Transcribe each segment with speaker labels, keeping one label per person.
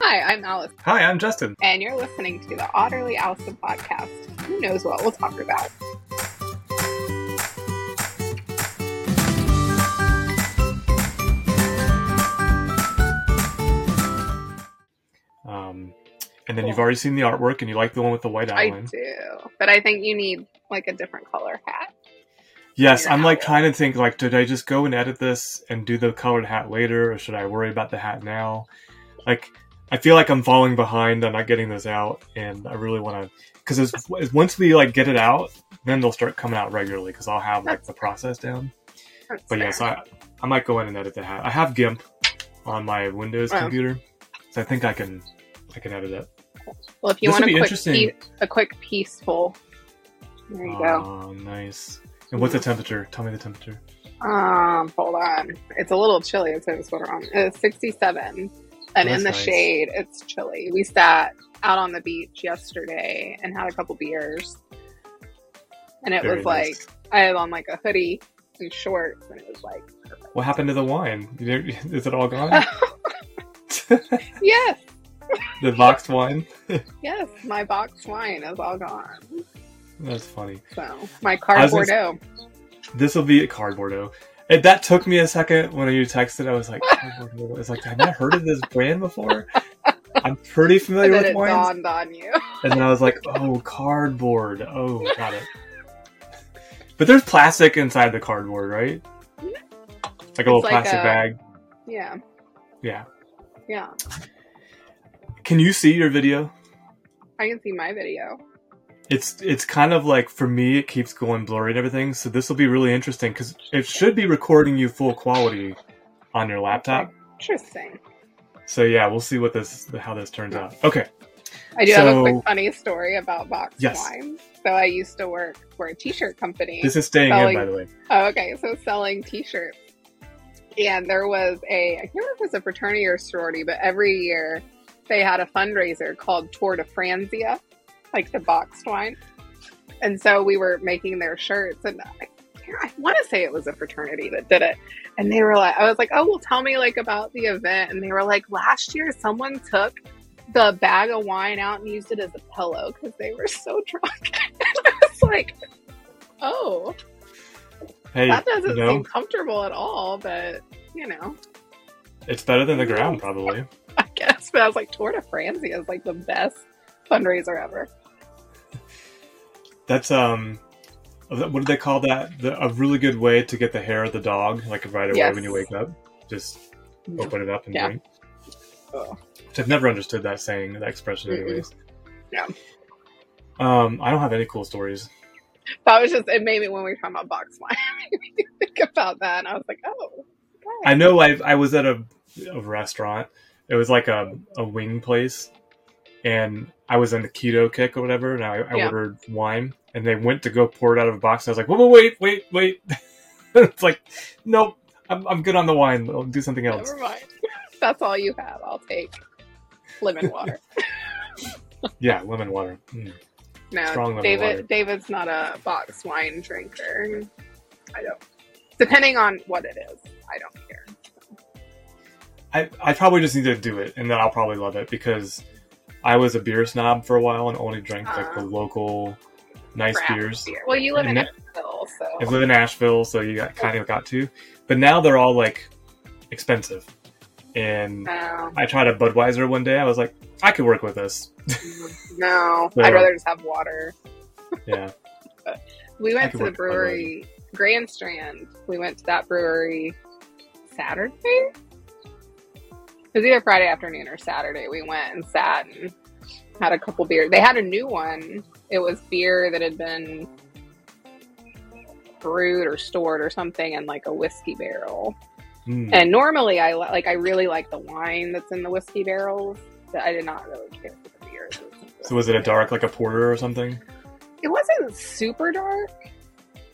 Speaker 1: Hi, I'm Alice,
Speaker 2: Hi, I'm Justin.
Speaker 1: and you're listening to the Otterly Allison podcast. Who knows what we'll talk about?
Speaker 2: Um, and then you've already seen the artwork, and you like the one with the white
Speaker 1: I
Speaker 2: outline.
Speaker 1: do, but I think you need like a different color hat.
Speaker 2: Yes,
Speaker 1: your
Speaker 2: I'm like
Speaker 1: outline.
Speaker 2: kind of thinking like, did I just go and edit this and do the colored hat later, or should I worry about the hat now? Like, I feel like I'm falling behind. I'm not getting this out, and I really want to because once we like get it out, then they'll start coming out regularly because I'll have like the process down.
Speaker 1: That's
Speaker 2: But yes, I I might go in and edit the hat. I have GIMP on my Windows
Speaker 1: Oh.
Speaker 2: computer, so I think I can I can edit it.
Speaker 1: well, if you
Speaker 2: this
Speaker 1: want
Speaker 2: would
Speaker 1: a
Speaker 2: be
Speaker 1: quick,
Speaker 2: interesting.
Speaker 1: pe- a quick peaceful, there you go.
Speaker 2: Oh, nice. And what's the temperature? Tell me the temperature.
Speaker 1: Um, hold on, it's a little chilly. It's in a sweater on. It's 67, and
Speaker 2: Well,
Speaker 1: in the
Speaker 2: that's nice.
Speaker 1: shade, it's chilly. We sat out on the beach yesterday and had a couple beers, and it
Speaker 2: Very
Speaker 1: was
Speaker 2: nice.
Speaker 1: like I had on like a hoodie and shorts, and it was like
Speaker 2: What happened to the wine? You didn't- Is it all gone?
Speaker 1: yes,
Speaker 2: the boxed wine?
Speaker 1: yes, my box wine is all gone.
Speaker 2: That's funny.
Speaker 1: So my
Speaker 2: I was
Speaker 1: cardboard
Speaker 2: gonna
Speaker 1: O.
Speaker 2: This will be at Cardboardo. It, that took me a second when you texted. I was like, Cardboardo. It's like, have I heard of this brand before? I'm pretty familiar
Speaker 1: And then
Speaker 2: with
Speaker 1: it
Speaker 2: wines.
Speaker 1: dawned on you.
Speaker 2: And then I was like, oh, cardboard. Oh, got it. But there's plastic inside the cardboard, right? Like a little
Speaker 1: Mm-hmm. like
Speaker 2: plastic
Speaker 1: a-
Speaker 2: bag.
Speaker 1: yeah,
Speaker 2: Yeah.
Speaker 1: yeah.
Speaker 2: Can you see your video?
Speaker 1: I can see my video.
Speaker 2: it's it's kind of like for me it keeps going blurry and everything so this will be really interesting because it should be recording you full quality on your laptop
Speaker 1: Interesting.
Speaker 2: so yeah we'll see what this how this turns out okay
Speaker 1: I do have a
Speaker 2: So-
Speaker 1: quick funny story about box
Speaker 2: Yes.
Speaker 1: wine. So I used to work for a t-shirt company.
Speaker 2: this is staying in
Speaker 1: Selling-
Speaker 2: by the way
Speaker 1: oh, okay, so selling t-shirts. And there was a I can't remember if it was a fraternity or sorority, but every year they had a fundraiser called Tour de Franzia, like the boxed wine. And so we were making their shirts and I can't- I want to say it was a fraternity that did it. And they were like, I was like, oh, well, tell me like about the event. And they were like, last year someone took the bag of wine out and used it as a pillow because they were so drunk. I was like, oh,
Speaker 2: hey
Speaker 1: that doesn't
Speaker 2: you know
Speaker 1: seem comfortable at all, but you know,
Speaker 2: it's better than the ground probably
Speaker 1: I guess. But I was like, Tour de Francia is like the best fundraiser ever.
Speaker 2: that's um what do they call that the, a really good way to get the hair of the dog like right away
Speaker 1: Yes. Mm-hmm.
Speaker 2: when you wake up just open it up and
Speaker 1: Yeah.
Speaker 2: drink
Speaker 1: Oh.
Speaker 2: which i've never understood that saying that expression
Speaker 1: Mm-mm.
Speaker 2: anyways
Speaker 1: Yeah.
Speaker 2: um i don't have any cool stories
Speaker 1: That was just it made me when we were talking about box wine. it made me think about that, and I was like, oh, okay.
Speaker 2: I know I I was at a, a restaurant. It was like a, a wing place, and I was in the keto kick or whatever, and I, I
Speaker 1: Yeah.
Speaker 2: ordered wine, and they went to go pour it out of a box. And I was like, whoa, whoa, wait, wait, wait. it's like, nope, I'm, I'm good on the wine. I'll do something else.
Speaker 1: never mind. That's all you have. I'll take lemon water.
Speaker 2: Yeah, lemon water. Mm.
Speaker 1: No,
Speaker 2: Strong lemon
Speaker 1: David.
Speaker 2: water.
Speaker 1: David's not a box wine drinker. I don't. Depending on what it is, I don't care.
Speaker 2: I, I probably just need to do it, and then I'll probably love it because I was a beer snob for a while and only drank like the
Speaker 1: Uh-huh.
Speaker 2: local nice
Speaker 1: Craft
Speaker 2: beers. Mm-hmm.
Speaker 1: beer. Well, you live in
Speaker 2: And
Speaker 1: Nashville, so
Speaker 2: I live in Asheville, so you got, kind of got to. But now they're all like expensive. And
Speaker 1: Um,
Speaker 2: I tried a Budweiser one day. I was like, I could work with this.
Speaker 1: no,
Speaker 2: They
Speaker 1: I'd
Speaker 2: are-
Speaker 1: rather just have water.
Speaker 2: Yeah.
Speaker 1: We
Speaker 2: I
Speaker 1: went
Speaker 2: could
Speaker 1: to the
Speaker 2: work with Bud
Speaker 1: brewery, Grand Strand. We went to that brewery Saturday. It was either Friday afternoon or Saturday. We went and sat and had a couple beers. They had a new one. It was beer that had been brewed or stored or something in like a whiskey barrel.
Speaker 2: Mm.
Speaker 1: And normally, I li- like I really like the wine that's in the whiskey barrels, but I did not really care for the beer.
Speaker 2: So was it a dark, like a porter or something?
Speaker 1: it wasn't super dark.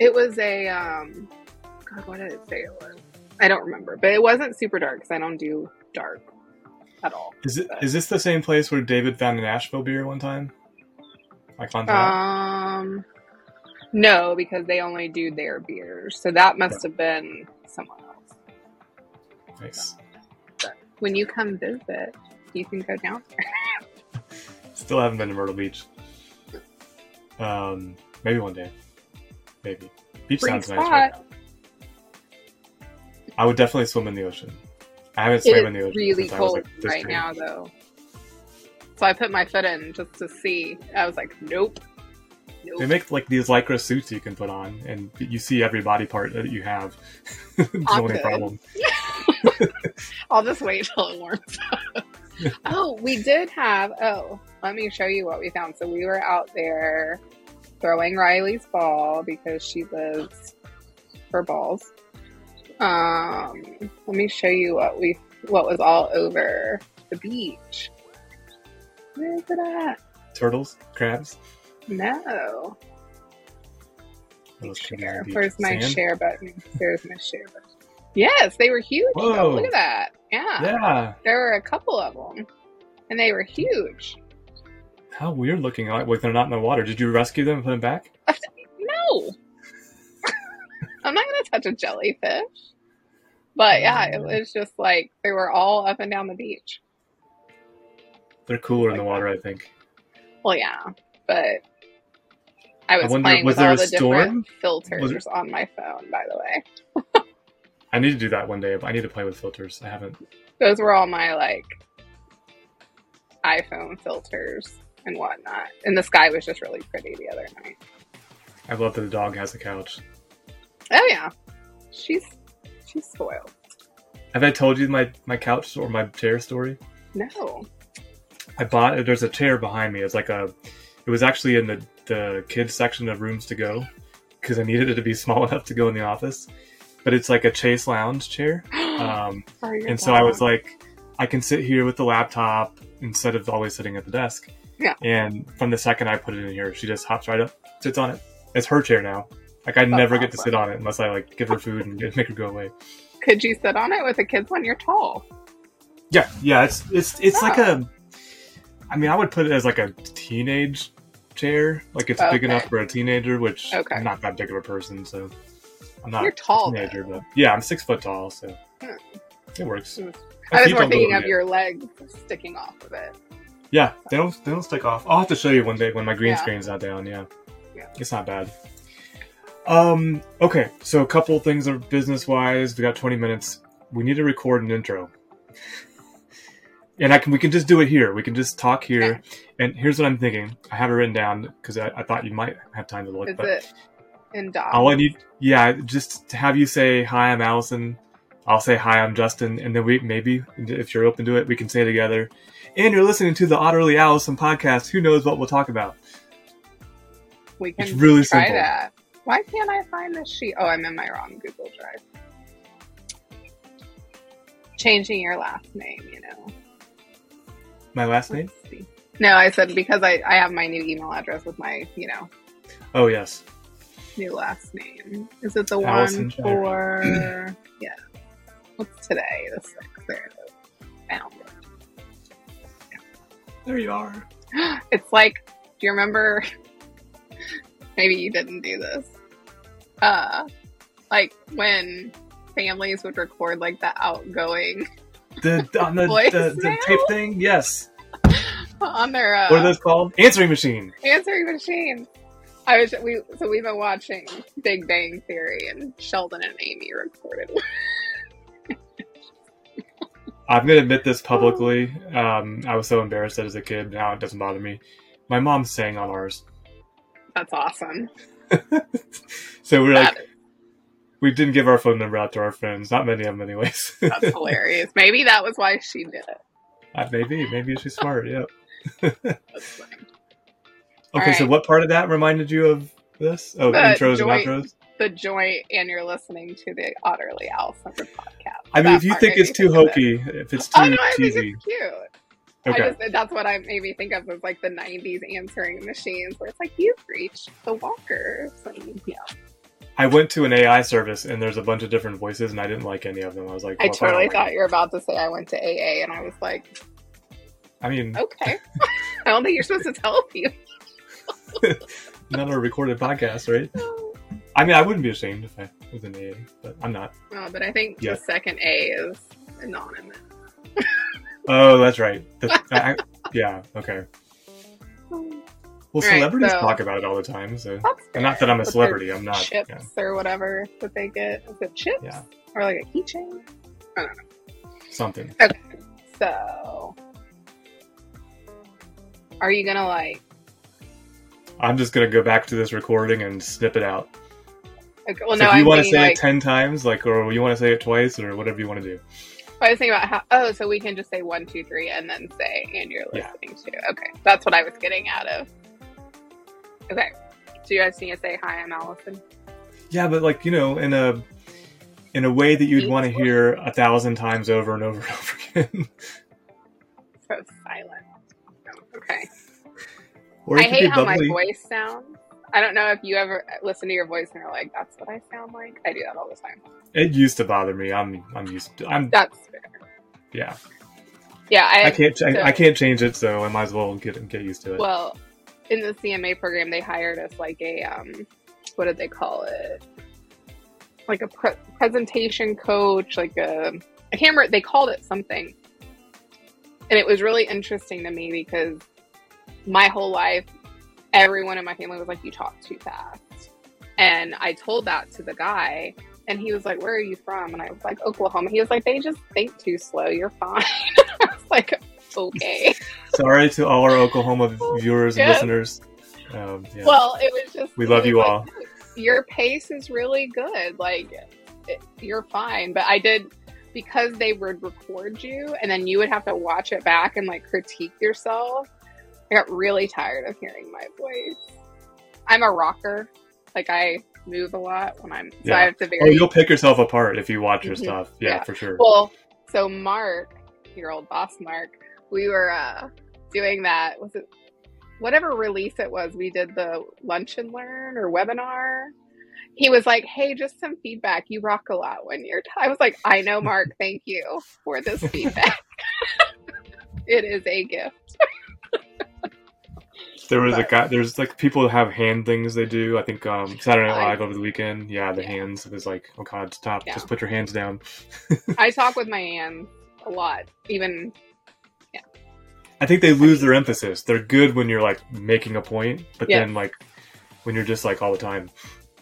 Speaker 1: It was a um God, what did it say it was? I don't remember, but it wasn't super dark because I don't do dark at all.
Speaker 2: Is it? Is this the same place where David found an Asheville beer one time? Like on tap?
Speaker 1: Um, no, because they only do their beers, so that must have been someone else.
Speaker 2: nice.
Speaker 1: When you come visit, you can go down there.
Speaker 2: Still haven't been to Myrtle Beach. Um, maybe one day. Maybe. Beach
Speaker 1: Free
Speaker 2: sounds
Speaker 1: spot.
Speaker 2: nice right now. I would definitely swim in the ocean. I haven't
Speaker 1: It
Speaker 2: swam in the
Speaker 1: is
Speaker 2: ocean.
Speaker 1: really
Speaker 2: since I was,
Speaker 1: cold
Speaker 2: like, this
Speaker 1: right
Speaker 2: big.
Speaker 1: now, though. So I put my foot in just to see. I was like, nope.
Speaker 2: They
Speaker 1: Nope.
Speaker 2: make like these lycra suits you can put on, and you see every body part that you have. it's the only
Speaker 1: Awesome.
Speaker 2: problem.
Speaker 1: I'll just wait till it warms up. oh, we did have. Oh, let me show you what we found. So we were out there throwing Riley's ball because she loves her balls. Um, let me show you what we what was all over the beach. Where is it at?
Speaker 2: Turtles, crabs.
Speaker 1: No.
Speaker 2: What else can be on
Speaker 1: Share.
Speaker 2: Oh, the beach?
Speaker 1: Where's my
Speaker 2: Sand?
Speaker 1: share button? There's my share button. Yes, they were huge. though.
Speaker 2: Whoa.
Speaker 1: Look at that.
Speaker 2: Yeah.
Speaker 1: There were a couple of them, and they were huge.
Speaker 2: How weird looking. Like when they're not in the water. Did you rescue them and put them back?
Speaker 1: No, I'm not gonna touch a jellyfish. But yeah, it
Speaker 2: Mm-hmm.
Speaker 1: was just like they were all up and down the beach.
Speaker 2: They're cooler in the water, I think.
Speaker 1: Well, yeah, but I was
Speaker 2: wonder,
Speaker 1: playing
Speaker 2: was
Speaker 1: with
Speaker 2: there
Speaker 1: all
Speaker 2: a
Speaker 1: the
Speaker 2: storm?
Speaker 1: different filters
Speaker 2: Was there-
Speaker 1: on my phone. By the way,
Speaker 2: I need to do that one day. But I need to play with filters. I haven't.
Speaker 1: those were all my like iPhone filters and whatnot. And the sky was just really pretty the other night.
Speaker 2: I love that the dog has a couch.
Speaker 1: Oh yeah, she's she's spoiled.
Speaker 2: Have I told you my my couch or my chair story?
Speaker 1: No.
Speaker 2: I bought. There's a chair behind me. It's like a. It was actually in the the kids section of rooms to go, because I needed it to be small enough to go in the office. But it's like a chase lounge chair, um,
Speaker 1: For your
Speaker 2: and so I
Speaker 1: dog.
Speaker 2: was like, I can sit here with the laptop instead of always sitting at the desk.
Speaker 1: Yeah.
Speaker 2: And from the second I put it in here, she just hops right up, sits on it. It's her chair now. Like I never get to
Speaker 1: awesome.
Speaker 2: sit on it unless I like give her food and get- make her go away.
Speaker 1: could you sit on it with the kids when you're tall?
Speaker 2: Yeah, yeah, it's it's it's like
Speaker 1: Oh.
Speaker 2: a. I mean, I would put it as like a teenage chair. Like it's big
Speaker 1: Okay.
Speaker 2: enough for a teenager, which
Speaker 1: Okay.
Speaker 2: I'm not that big of a person, so I'm not
Speaker 1: You're
Speaker 2: a
Speaker 1: tall,
Speaker 2: teenager, but yeah, I'm six foot tall, so
Speaker 1: Hmm.
Speaker 2: it works.
Speaker 1: Hmm.
Speaker 2: My
Speaker 1: I was
Speaker 2: feet
Speaker 1: more
Speaker 2: don't go
Speaker 1: thinking
Speaker 2: over
Speaker 1: of
Speaker 2: it.
Speaker 1: your legs sticking off of it.
Speaker 2: Yeah, they don't they don't stick off. I'll have to show you one day when my green
Speaker 1: Yeah.
Speaker 2: screen's not down. Yeah.
Speaker 1: Yeah.
Speaker 2: it's not bad. Um. Okay, so a couple things are business wise. We got 20 minutes. We need to record an intro, and I can we can just do it here. We can just talk here. And here's what I'm thinking. I have it written down because I, I thought you might have time to look.
Speaker 1: Is
Speaker 2: but
Speaker 1: it in dog?
Speaker 2: all I need, yeah, just to have you say hi. I'm Allison. I'll say hi. I'm Justin, and then we maybe, if you're open to it, we can say together. And you're listening to the Otterly Allison podcast. Who knows what we'll talk about?
Speaker 1: we can
Speaker 2: It's really
Speaker 1: try
Speaker 2: simple.
Speaker 1: that. Why can't I find this sheet? Oh, I'm in my wrong Google Drive. Changing your last name, you know.
Speaker 2: My last name?
Speaker 1: Let's see. No, I said because I, I have my new email address with my, you know,
Speaker 2: Oh yes.
Speaker 1: new last name. Is it the
Speaker 2: Allison
Speaker 1: one
Speaker 2: Jenner.
Speaker 1: for yeah? What's today? The sixth. There it is. Found it.
Speaker 2: There you are.
Speaker 1: It's like, do you remember? Maybe you didn't do this. Uh, like when families would record like the outgoing
Speaker 2: The on the, the, the
Speaker 1: Voicemail?
Speaker 2: tape thing. Yes.
Speaker 1: on their uh,
Speaker 2: What are those called? Answering machine.
Speaker 1: answering machine. I was we so we've been watching Big Bang Theory and Sheldon and Amy recorded.
Speaker 2: I'm gonna admit this publicly. Um, I was so embarrassed that as a kid. Now it doesn't bother me. My mom sang on ours,
Speaker 1: That's awesome.
Speaker 2: so we're like
Speaker 1: That-
Speaker 2: we didn't give our phone number out to our friends. Not many of them, anyways.
Speaker 1: that's hilarious. Maybe that was why she did it.
Speaker 2: Uh, maybe, maybe she's smart. Yeah.
Speaker 1: That's funny.
Speaker 2: Okay, so
Speaker 1: right.
Speaker 2: what part of that reminded you of this? Oh,
Speaker 1: The
Speaker 2: intros
Speaker 1: joint-
Speaker 2: and outros.
Speaker 1: the joint and you're listening to the Otterly Owl Summer podcast.
Speaker 2: I mean,
Speaker 1: That
Speaker 2: if you
Speaker 1: part
Speaker 2: think
Speaker 1: made
Speaker 2: it's
Speaker 1: me
Speaker 2: too
Speaker 1: think of it.
Speaker 2: hokey, if it's
Speaker 1: Oh
Speaker 2: too
Speaker 1: no, I think
Speaker 2: cheesy,
Speaker 1: it's cute. I
Speaker 2: okay.
Speaker 1: just that's what I made me think of was like the '90s answering machines, where it's like you've reached the walker. So, yeah,
Speaker 2: I went to an AI service and there's a bunch of different voices, and I didn't like any of them. I was like,
Speaker 1: I
Speaker 2: well, fine,
Speaker 1: totally
Speaker 2: I'll-
Speaker 1: thought you were about to say I went to AA, and I was like,
Speaker 2: I mean,
Speaker 1: okay. I don't think you're supposed to tell people.
Speaker 2: not a recorded podcast, right? I mean, I wouldn't be ashamed if I was an AA, but I'm not.
Speaker 1: Uh, but I think
Speaker 2: Yeah.
Speaker 1: the second A is anonymous.
Speaker 2: Oh, that's right. The- I- I- yeah. Okay. Well,
Speaker 1: All right,
Speaker 2: celebrities
Speaker 1: so-
Speaker 2: talk about it all the time. So,
Speaker 1: That's
Speaker 2: and not that I'm a
Speaker 1: With their
Speaker 2: celebrity. I'm not.
Speaker 1: chips
Speaker 2: yeah.
Speaker 1: or whatever that they get. Is it chips?
Speaker 2: Yeah.
Speaker 1: Or like a keychain?
Speaker 2: something.
Speaker 1: So, are you gonna like?
Speaker 2: I'm just gonna go back to this recording and snip it out.
Speaker 1: Okay, well,
Speaker 2: so
Speaker 1: no,
Speaker 2: if you
Speaker 1: I'm
Speaker 2: want to
Speaker 1: thinking
Speaker 2: say
Speaker 1: like.
Speaker 2: it ten times, like, or you want to say it twice, or whatever you want to do.
Speaker 1: I was thinking about how. Oh, so we can just say one, two, three, and then say, and you're
Speaker 2: Yeah.
Speaker 1: listening to. Okay, that's what I was getting out of. Okay, so you guys need to say hi. I'm Allison.
Speaker 2: Yeah, but like you know, in a in a way that you'd want to
Speaker 1: Beautiful.
Speaker 2: hear a thousand times over and over and over again.
Speaker 1: So silent. Okay.
Speaker 2: or
Speaker 1: I
Speaker 2: you could be
Speaker 1: hate how my
Speaker 2: bubbly.
Speaker 1: voice sounds. I don't know if you ever listen to your voice and are like, "That's what I sound like." I do that all the time.
Speaker 2: It used to bother me. I'm I'm used. To, I'm
Speaker 1: That's fair.
Speaker 2: yeah.
Speaker 1: Yeah, I,
Speaker 2: I can't ch-
Speaker 1: so-
Speaker 2: I, I can't change it, so I might as well get get used to it.
Speaker 1: Well, in the CMA program, they hired us like a um, what did they call it? Like a pre- presentation coach, like a I can't remember. They called it something, and it was really interesting to me because my whole life, everyone in my family was like, "You talk too fast," and I told that to the guy. And he was like, "Where are you from?" And I was like, "Oklahoma." He was like, "They just think too slow. You're fine." I was like, "Okay."
Speaker 2: Sorry to all our Oklahoma viewers and
Speaker 1: Yeah.
Speaker 2: listeners. Um, yeah.
Speaker 1: Well, it was just
Speaker 2: We love
Speaker 1: it
Speaker 2: you
Speaker 1: was
Speaker 2: all.
Speaker 1: like, Your pace is really good. Like it, you're fine, but I did because they would record you and then you would have to watch it back and like critique yourself. I got really tired of hearing my voice. I'm a rocker. Like I move a lot when I'm so
Speaker 2: Yeah.
Speaker 1: I have to
Speaker 2: oh,
Speaker 1: very
Speaker 2: you'll pick yourself apart if you watch your
Speaker 1: Mhm.
Speaker 2: stuff. Yeah,
Speaker 1: Yeah.
Speaker 2: for sure.
Speaker 1: well, so Mark, your old boss Mark, we were uh, doing that. Was it whatever release it was? We did the lunch and learn or webinar. He was like, "Hey, just some feedback. You rock a lot when you're." T-. I was like, "I know, Mark. Thank you for this feedback. it is a gift."
Speaker 2: there was a
Speaker 1: but-
Speaker 2: guy. There's like people that have hand things they do. I think um, Saturday Night
Speaker 1: Oh, I-
Speaker 2: Live over the weekend. Yeah, the
Speaker 1: Yeah.
Speaker 2: hands. It was like, oh god, stop!
Speaker 1: Yeah.
Speaker 2: Just put your hands down.
Speaker 1: I talk with my hands a lot, even
Speaker 2: I think they lose their emphasis. They're good when you're like making a point, but
Speaker 1: Yes.
Speaker 2: then like when you're just like all the time.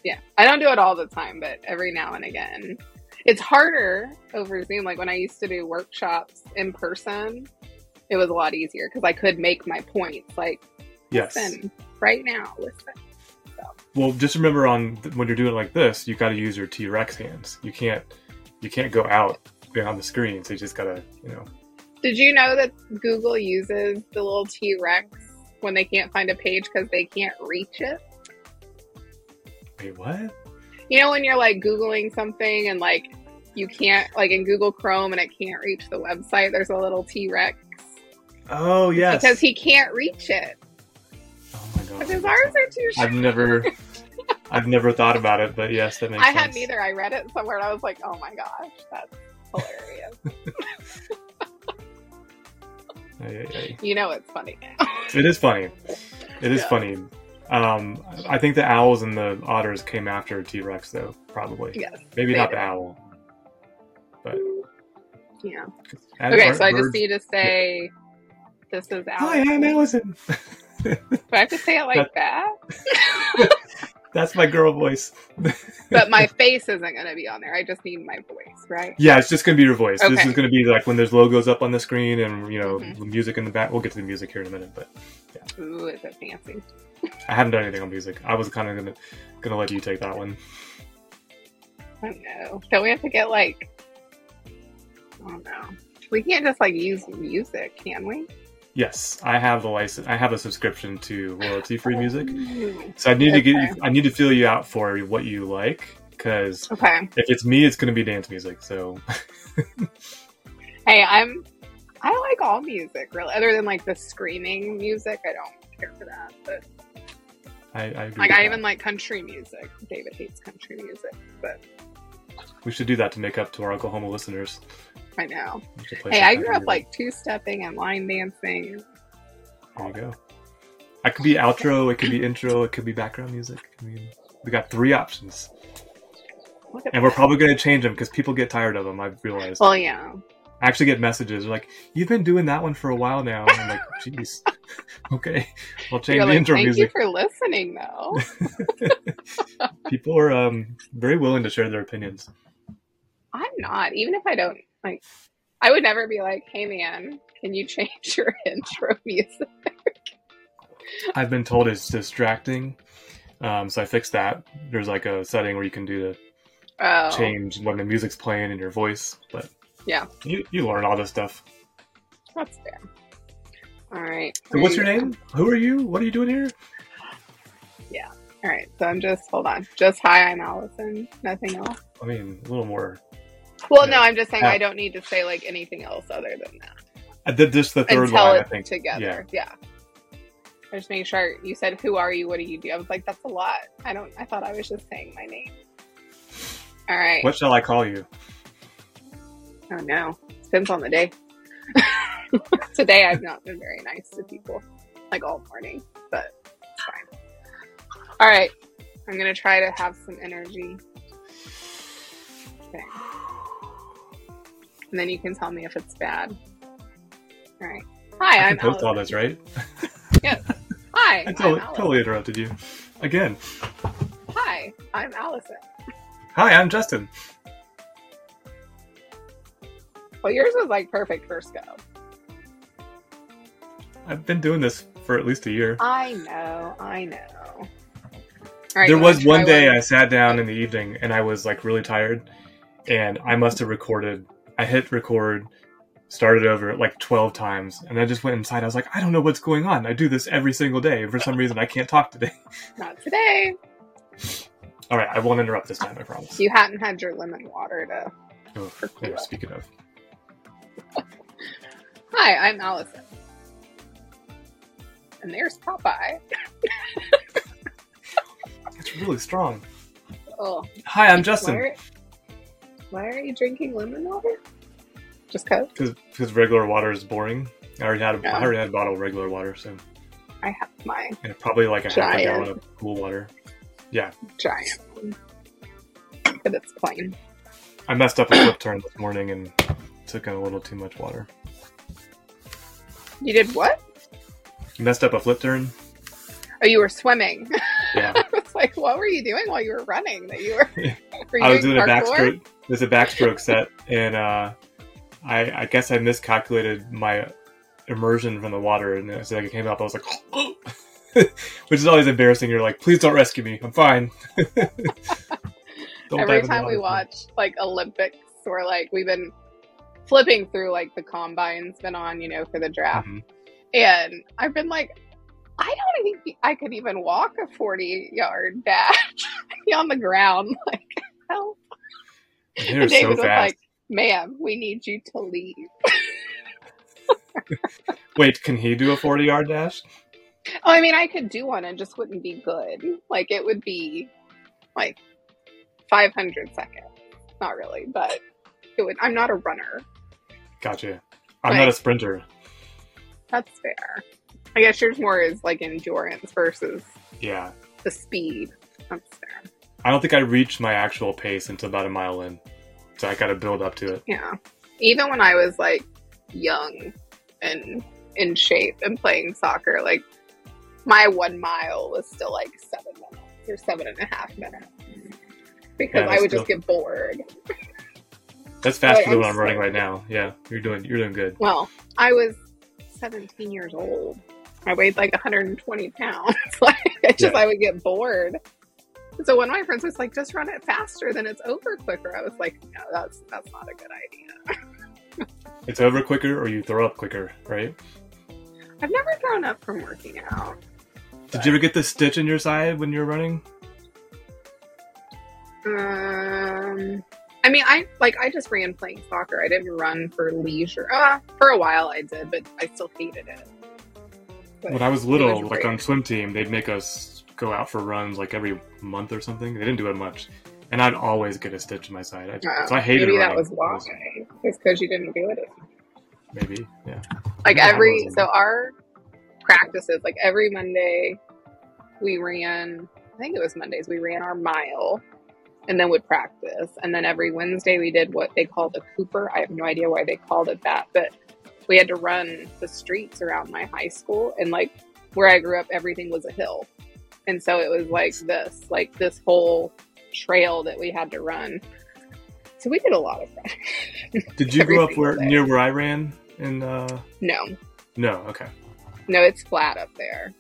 Speaker 1: Yeah, I don't do it all the time, but every now and again. It's harder over Zoom. Like when I used to do workshops in person, it was a lot easier because I could make my points like,
Speaker 2: Yes.
Speaker 1: then right now, listen.
Speaker 2: Well, just remember on th- when you're doing it like this, you got to use your T Rex hands. You can't you can't go out beyond the screen. So you just gotta you know.
Speaker 1: Did you know that Google uses the little T Rex when they can't find a page because they can't reach it?
Speaker 2: Wait, what?
Speaker 1: You know, when you're like Googling something and like you can't, like in Google Chrome and it can't reach the website, there's a little T Rex
Speaker 2: Oh yes.
Speaker 1: because he can't reach it
Speaker 2: oh my god.
Speaker 1: because his arms are too short.
Speaker 2: I've never, I've never thought about it, but yes, that makes
Speaker 1: I
Speaker 2: sense.
Speaker 1: had neither. I read it somewhere and I was like, oh my gosh, that's hilarious.
Speaker 2: Ay, ay,
Speaker 1: you know, it's funny.
Speaker 2: ay. It is funny. It is
Speaker 1: Yeah.
Speaker 2: funny. Um, I think the owls and the otters came after T Rex, though probably.
Speaker 1: yes.
Speaker 2: Maybe
Speaker 1: they
Speaker 2: not
Speaker 1: did.
Speaker 2: the owl.
Speaker 1: Yeah.
Speaker 2: Aren't
Speaker 1: Okay, so I just
Speaker 2: birds-
Speaker 1: need to say, this is
Speaker 2: Hi,
Speaker 1: Alex.
Speaker 2: I'm Allison.
Speaker 1: Do I have to say it like that?
Speaker 2: That's my girl voice.
Speaker 1: But my face isn't going to be on there. I just need my voice, right?
Speaker 2: Yeah, it's just gonna be your voice. This
Speaker 1: Okay.
Speaker 2: is gonna be like when there's logos up on the screen and you know
Speaker 1: Mhm.
Speaker 2: the music in the back. We'll get to the music here in a minute, but
Speaker 1: Ooh, is it fancy?
Speaker 2: I haven't done anything on music. I was kind of gonna gonna let you take that one.
Speaker 1: I don't know. Don't we have to get like, I don't know. We can't just like use music, can we?
Speaker 2: Yes, I have the license. I have a subscription to royalty free music,
Speaker 1: Ooh.
Speaker 2: so I need to get.
Speaker 1: Okay.
Speaker 2: You, I need to feel you out for what you like, because
Speaker 1: Okay.
Speaker 2: if it's me, it's going to be dance music. So
Speaker 1: Hey, I'm. I like all music, really, other than like the screaming music. I don't care for that. But
Speaker 2: I, I agree
Speaker 1: like,
Speaker 2: with
Speaker 1: I
Speaker 2: that.
Speaker 1: even like country music. David hates country music, but
Speaker 2: we should do that to make up to our Oklahoma listeners.
Speaker 1: I know.
Speaker 2: We should play
Speaker 1: Hey,
Speaker 2: some
Speaker 1: I grew
Speaker 2: country
Speaker 1: up like two stepping and line dancing.
Speaker 2: music. there you go. I could be outro. It could be intro. It could be background music. I mean, we got three options,
Speaker 1: Look at
Speaker 2: and we're
Speaker 1: that.
Speaker 2: probably going to change them because people get tired of them. I've realized.
Speaker 1: well, yeah.
Speaker 2: I actually get messages They're like, "You've been doing that one for a while now." And I'm like, "Jeez, okay, I'll change
Speaker 1: You're
Speaker 2: the
Speaker 1: like,
Speaker 2: intro
Speaker 1: Thank
Speaker 2: music."
Speaker 1: you for listening, though.
Speaker 2: People are um, very willing to share their opinions.
Speaker 1: I'm not. Even if I don't like, I would never be like, "Hey, man, can you change your intro music?"
Speaker 2: I've been told it's distracting, um, so I fixed that. There's like a setting where you can do the
Speaker 1: Oh,
Speaker 2: change when the music's playing in your voice, but
Speaker 1: Yeah.
Speaker 2: you, you learn all this stuff.
Speaker 1: that's fair. All right.
Speaker 2: So what's your name? Who are you? What are you doing here?
Speaker 1: All right. So I'm just hold on. Just hi, I'm Allison. Nothing else.
Speaker 2: I mean, a little more.
Speaker 1: Well, no,
Speaker 2: Yeah.
Speaker 1: I'm just saying
Speaker 2: Yeah.
Speaker 1: I don't need to say like anything else other than that
Speaker 2: I did this the third
Speaker 1: and tell
Speaker 2: line.
Speaker 1: it
Speaker 2: I think
Speaker 1: together. Yeah. I just make sure you said, "Who are you? What do you do?" I was like, "That's a lot." I don't. I thought I was just saying my name. All right.
Speaker 2: What shall I call you?
Speaker 1: Oh no. Depends on the day. Today I've not been very nice to people, like all morning, but it's fine. All right. I'm going to try to have some energy. Okay. And then you can tell me if it's bad. All right. Hi,
Speaker 2: I
Speaker 1: I'm
Speaker 2: can post all
Speaker 1: Alex.
Speaker 2: this, right?
Speaker 1: Hi,
Speaker 2: I
Speaker 1: I'm
Speaker 2: totally,
Speaker 1: Alex.
Speaker 2: totally interrupted you. Again.
Speaker 1: Hi, I'm Allison.
Speaker 2: Hi, I'm Justin.
Speaker 1: Well, yours was like perfect first go.
Speaker 2: I've been doing this for at least a year.
Speaker 1: I know. I know. All right.
Speaker 2: there
Speaker 1: you wanna
Speaker 2: was one
Speaker 1: try
Speaker 2: day I sat down in the evening and I was like really tired, and I must have recorded. I hit record, started over like twelve times, and I just went inside. I was like, I don't know what's going on. I do this every single day. For some reason, I can't talk today.
Speaker 1: Not today.
Speaker 2: All right, I won't interrupt this time. I promise.
Speaker 1: You hadn't had your lemon water to.
Speaker 2: Oh, yeah, speaking of,
Speaker 1: Hi, I'm Allison. And there's Popeye.
Speaker 2: it's really strong.
Speaker 1: Oh,
Speaker 2: Hi, I'm Justin.
Speaker 1: Why are, why are you drinking lemon water? Just cause
Speaker 2: Because regular water is boring. I already had a, I
Speaker 1: Yeah.
Speaker 2: already had a bottle of regular water, so
Speaker 1: I have my
Speaker 2: and probably like a half
Speaker 1: Giant.
Speaker 2: a gallon of cool water.
Speaker 1: giant one, but it's plain.
Speaker 2: I messed up a flip turn this morning and took in a little too much water.
Speaker 1: You did what?
Speaker 2: messed up a flip turn.
Speaker 1: Oh, you were swimming.
Speaker 2: Yeah,
Speaker 1: it's like, what were you doing while you were running? That you were. were you
Speaker 2: I was doing a
Speaker 1: parkour?
Speaker 2: backstroke. There's a backstroke set, and uh, I, I guess I miscalculated my immersion from the water, and as I came up, I was like, oh. which is always embarrassing. You're like, please don't rescue me. I'm fine. Don't dive in
Speaker 1: Every
Speaker 2: the
Speaker 1: time we
Speaker 2: water.
Speaker 1: watch like Olympics, or like we've been flipping through like the combine's been on, you know, for the draft.
Speaker 2: Mhm.
Speaker 1: And I've been like, I don't think I could even walk a 40 yard dash on the ground. Like, help.
Speaker 2: And They're so
Speaker 1: David was
Speaker 2: fast.
Speaker 1: like, ma'am, we need you to leave.
Speaker 2: Wait, can he do a 40 yard dash?
Speaker 1: Oh, I mean, I could do one, it just wouldn't be good. Like, it would be like 500 seconds. Not really, but it would. I'm not a runner.
Speaker 2: Gotcha. I'm
Speaker 1: Right.
Speaker 2: not a sprinter.
Speaker 1: That's fair. I guess yours more is like endurance versus
Speaker 2: Yeah,
Speaker 1: the speed. That's fair.
Speaker 2: I don't think I reached my actual pace until about a mile in, so I got to build up to it.
Speaker 1: Yeah. Even when I was like young and in shape and playing soccer, like my one mile was still like seven minutes or seven and a half minutes because
Speaker 2: Yeah,
Speaker 1: I
Speaker 2: that's
Speaker 1: would just get bored.
Speaker 2: That's faster
Speaker 1: Like,
Speaker 2: than
Speaker 1: I'm
Speaker 2: what I'm running
Speaker 1: slow.
Speaker 2: right now. Yeah, you're doing you're doing good.
Speaker 1: Well, I was 17 years old. I weighed like 120 pounds. like, it's just,
Speaker 2: Yeah.
Speaker 1: I would get bored. So when my friends was like, just run it faster, then it's over quicker. I was like, no, that's that's not a good idea.
Speaker 2: It's over quicker, or you throw up quicker, right?
Speaker 1: I've never thrown up from working out.
Speaker 2: Did you ever get the stitch in your side when you're running?
Speaker 1: Um, I mean, I like I just ran playing soccer. I didn't run for leisure. Uh, for a while I did, but I still hated it. But
Speaker 2: When I was little,
Speaker 1: It was
Speaker 2: like on
Speaker 1: great.
Speaker 2: swim team, they'd make us go out for runs like every month or something. They didn't do it much, and I'd always get a stitch in my side. I,
Speaker 1: uh,
Speaker 2: so I hated
Speaker 1: maybe that
Speaker 2: running.
Speaker 1: was
Speaker 2: It
Speaker 1: why. It's because you didn't do it.
Speaker 2: Maybe, yeah.
Speaker 1: Like
Speaker 2: Yeah, I
Speaker 1: every
Speaker 2: wasn't.
Speaker 1: so our practices, like every Monday, we ran. I think it was Mondays. We ran our mile, and then would practice. And then every Wednesday we did what they called a Cooper. I have no idea why they called it that, but we had to run the streets around my high school and like where I grew up, everything was a hill. And so it was like this, like this whole trail that we had to run. So we did a lot of that.
Speaker 2: Did you
Speaker 1: Every
Speaker 2: grow up
Speaker 1: single
Speaker 2: where
Speaker 1: day.
Speaker 2: near where I ran? And uh,
Speaker 1: No,
Speaker 2: no, okay, it
Speaker 1: no, it's flat up there.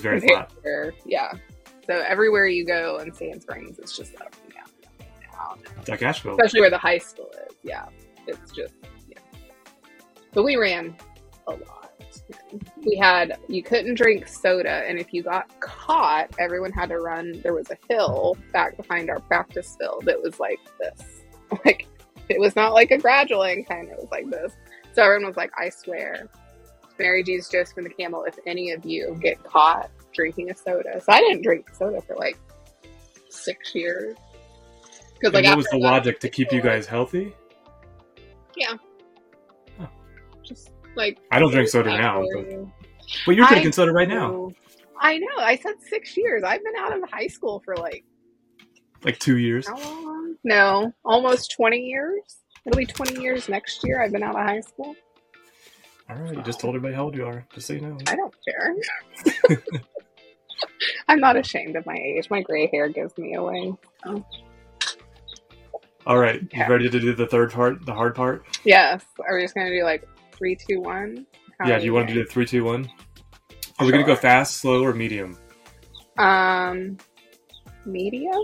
Speaker 2: very
Speaker 1: Compared
Speaker 2: flat.
Speaker 1: to where- yeah. So everywhere you go in Sand Springs, it's just up and down, up and down.
Speaker 2: It's like Asheville.
Speaker 1: especially where the high school is. Yeah, it's just yeah. But we ran a lot. We had you couldn't drink soda, and if you got caught, everyone had to run. There was a hill back behind our practice field that was like this, like it was not like a gradual incline. It was like this. So everyone was like, "I swear, Mary Jesus Joseph and the Camel, if any of you get caught drinking a soda." So I didn't drink soda for like six years. Because
Speaker 2: And what was the logic to keep you guys healthy?
Speaker 1: just like
Speaker 2: I don't drink soda now, but, but you're
Speaker 1: I
Speaker 2: drinking soda right now,
Speaker 1: I know. I said six years. I've been out of high school for like
Speaker 2: like two years.
Speaker 1: how long? No, almost twenty years. It'll be twenty years next year. I've been out of high school.
Speaker 2: All right, you just told everybody how old you are, just so you know.
Speaker 1: I don't care. I'm not ashamed of my age. My gray hair gives me away.
Speaker 2: All right, you
Speaker 1: Okay.
Speaker 2: ready to do the third part, the hard part?
Speaker 1: Yes. Are we just gonna do like three, two, one? How
Speaker 2: yeah, do you want to
Speaker 1: many?
Speaker 2: do the three, two, one? Are we gonna go
Speaker 1: Sure.
Speaker 2: fast, slow, or medium?
Speaker 1: um medium?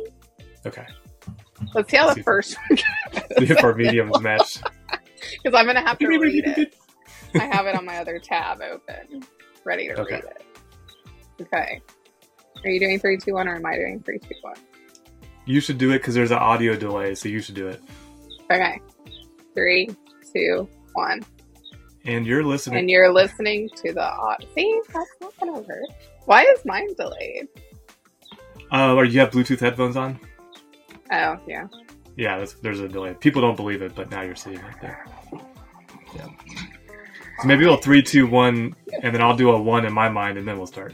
Speaker 2: Okay,
Speaker 1: Let's see how
Speaker 2: Let's
Speaker 1: the
Speaker 2: see.
Speaker 1: first one
Speaker 2: see if our mediums match.
Speaker 1: because I'm gonna have to read it. I have it on my other tab open, ready to
Speaker 2: Okay.
Speaker 1: read it. Okay. Are you doing three, two, one, or am I doing three, two, one?
Speaker 2: You should do it because there's an audio delay, so you should do it.
Speaker 1: Okay. Three, two, one.
Speaker 2: And you're listening.
Speaker 1: And you're listening to the odd. See, that's not gonna work. Why is mine delayed?
Speaker 2: Uh, or you have Bluetooth headphones on?
Speaker 1: Oh, yeah.
Speaker 2: Yeah, that's, there's a delay. People don't believe it, but now you're seeing it. There. Yeah. So maybe we'll three, two, one, and then I'll do a one in my mind, and then we'll start.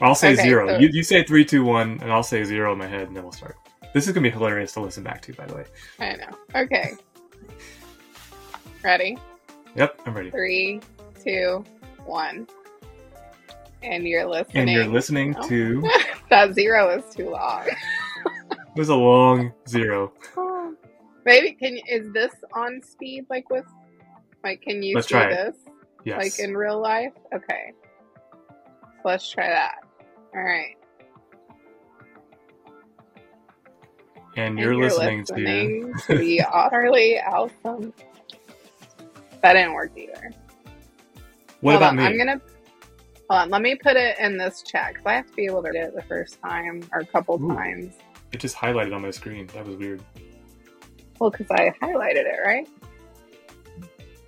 Speaker 2: I'll say
Speaker 1: Okay,
Speaker 2: zero.
Speaker 1: so-
Speaker 2: You, you say three, two, one, and I'll say zero in my head, and then we'll start. This is gonna be hilarious to listen back to, by the way.
Speaker 1: I know. Okay. Ready?
Speaker 2: Yep, I'm ready.
Speaker 1: Three, two, one. And you're listening.
Speaker 2: And you're listening to.
Speaker 1: that zero is too long.
Speaker 2: It was a long zero.
Speaker 1: Maybe can is this on speed like with like can you
Speaker 2: Let's
Speaker 1: see
Speaker 2: try it.
Speaker 1: this
Speaker 2: Yes.
Speaker 1: like in real life? Okay. So let's try that. All right.
Speaker 2: and you're, listening, to.
Speaker 1: to the utterly awesome. That didn't work either.
Speaker 2: What
Speaker 1: Hold
Speaker 2: about
Speaker 1: on,
Speaker 2: me?
Speaker 1: I'm gonna hold on. Let me put it in this chat 'cause I have to be able to do it the first time or a couple
Speaker 2: Ooh.
Speaker 1: times.
Speaker 2: It just highlighted on my screen. That was weird.
Speaker 1: Well, because I highlighted it right.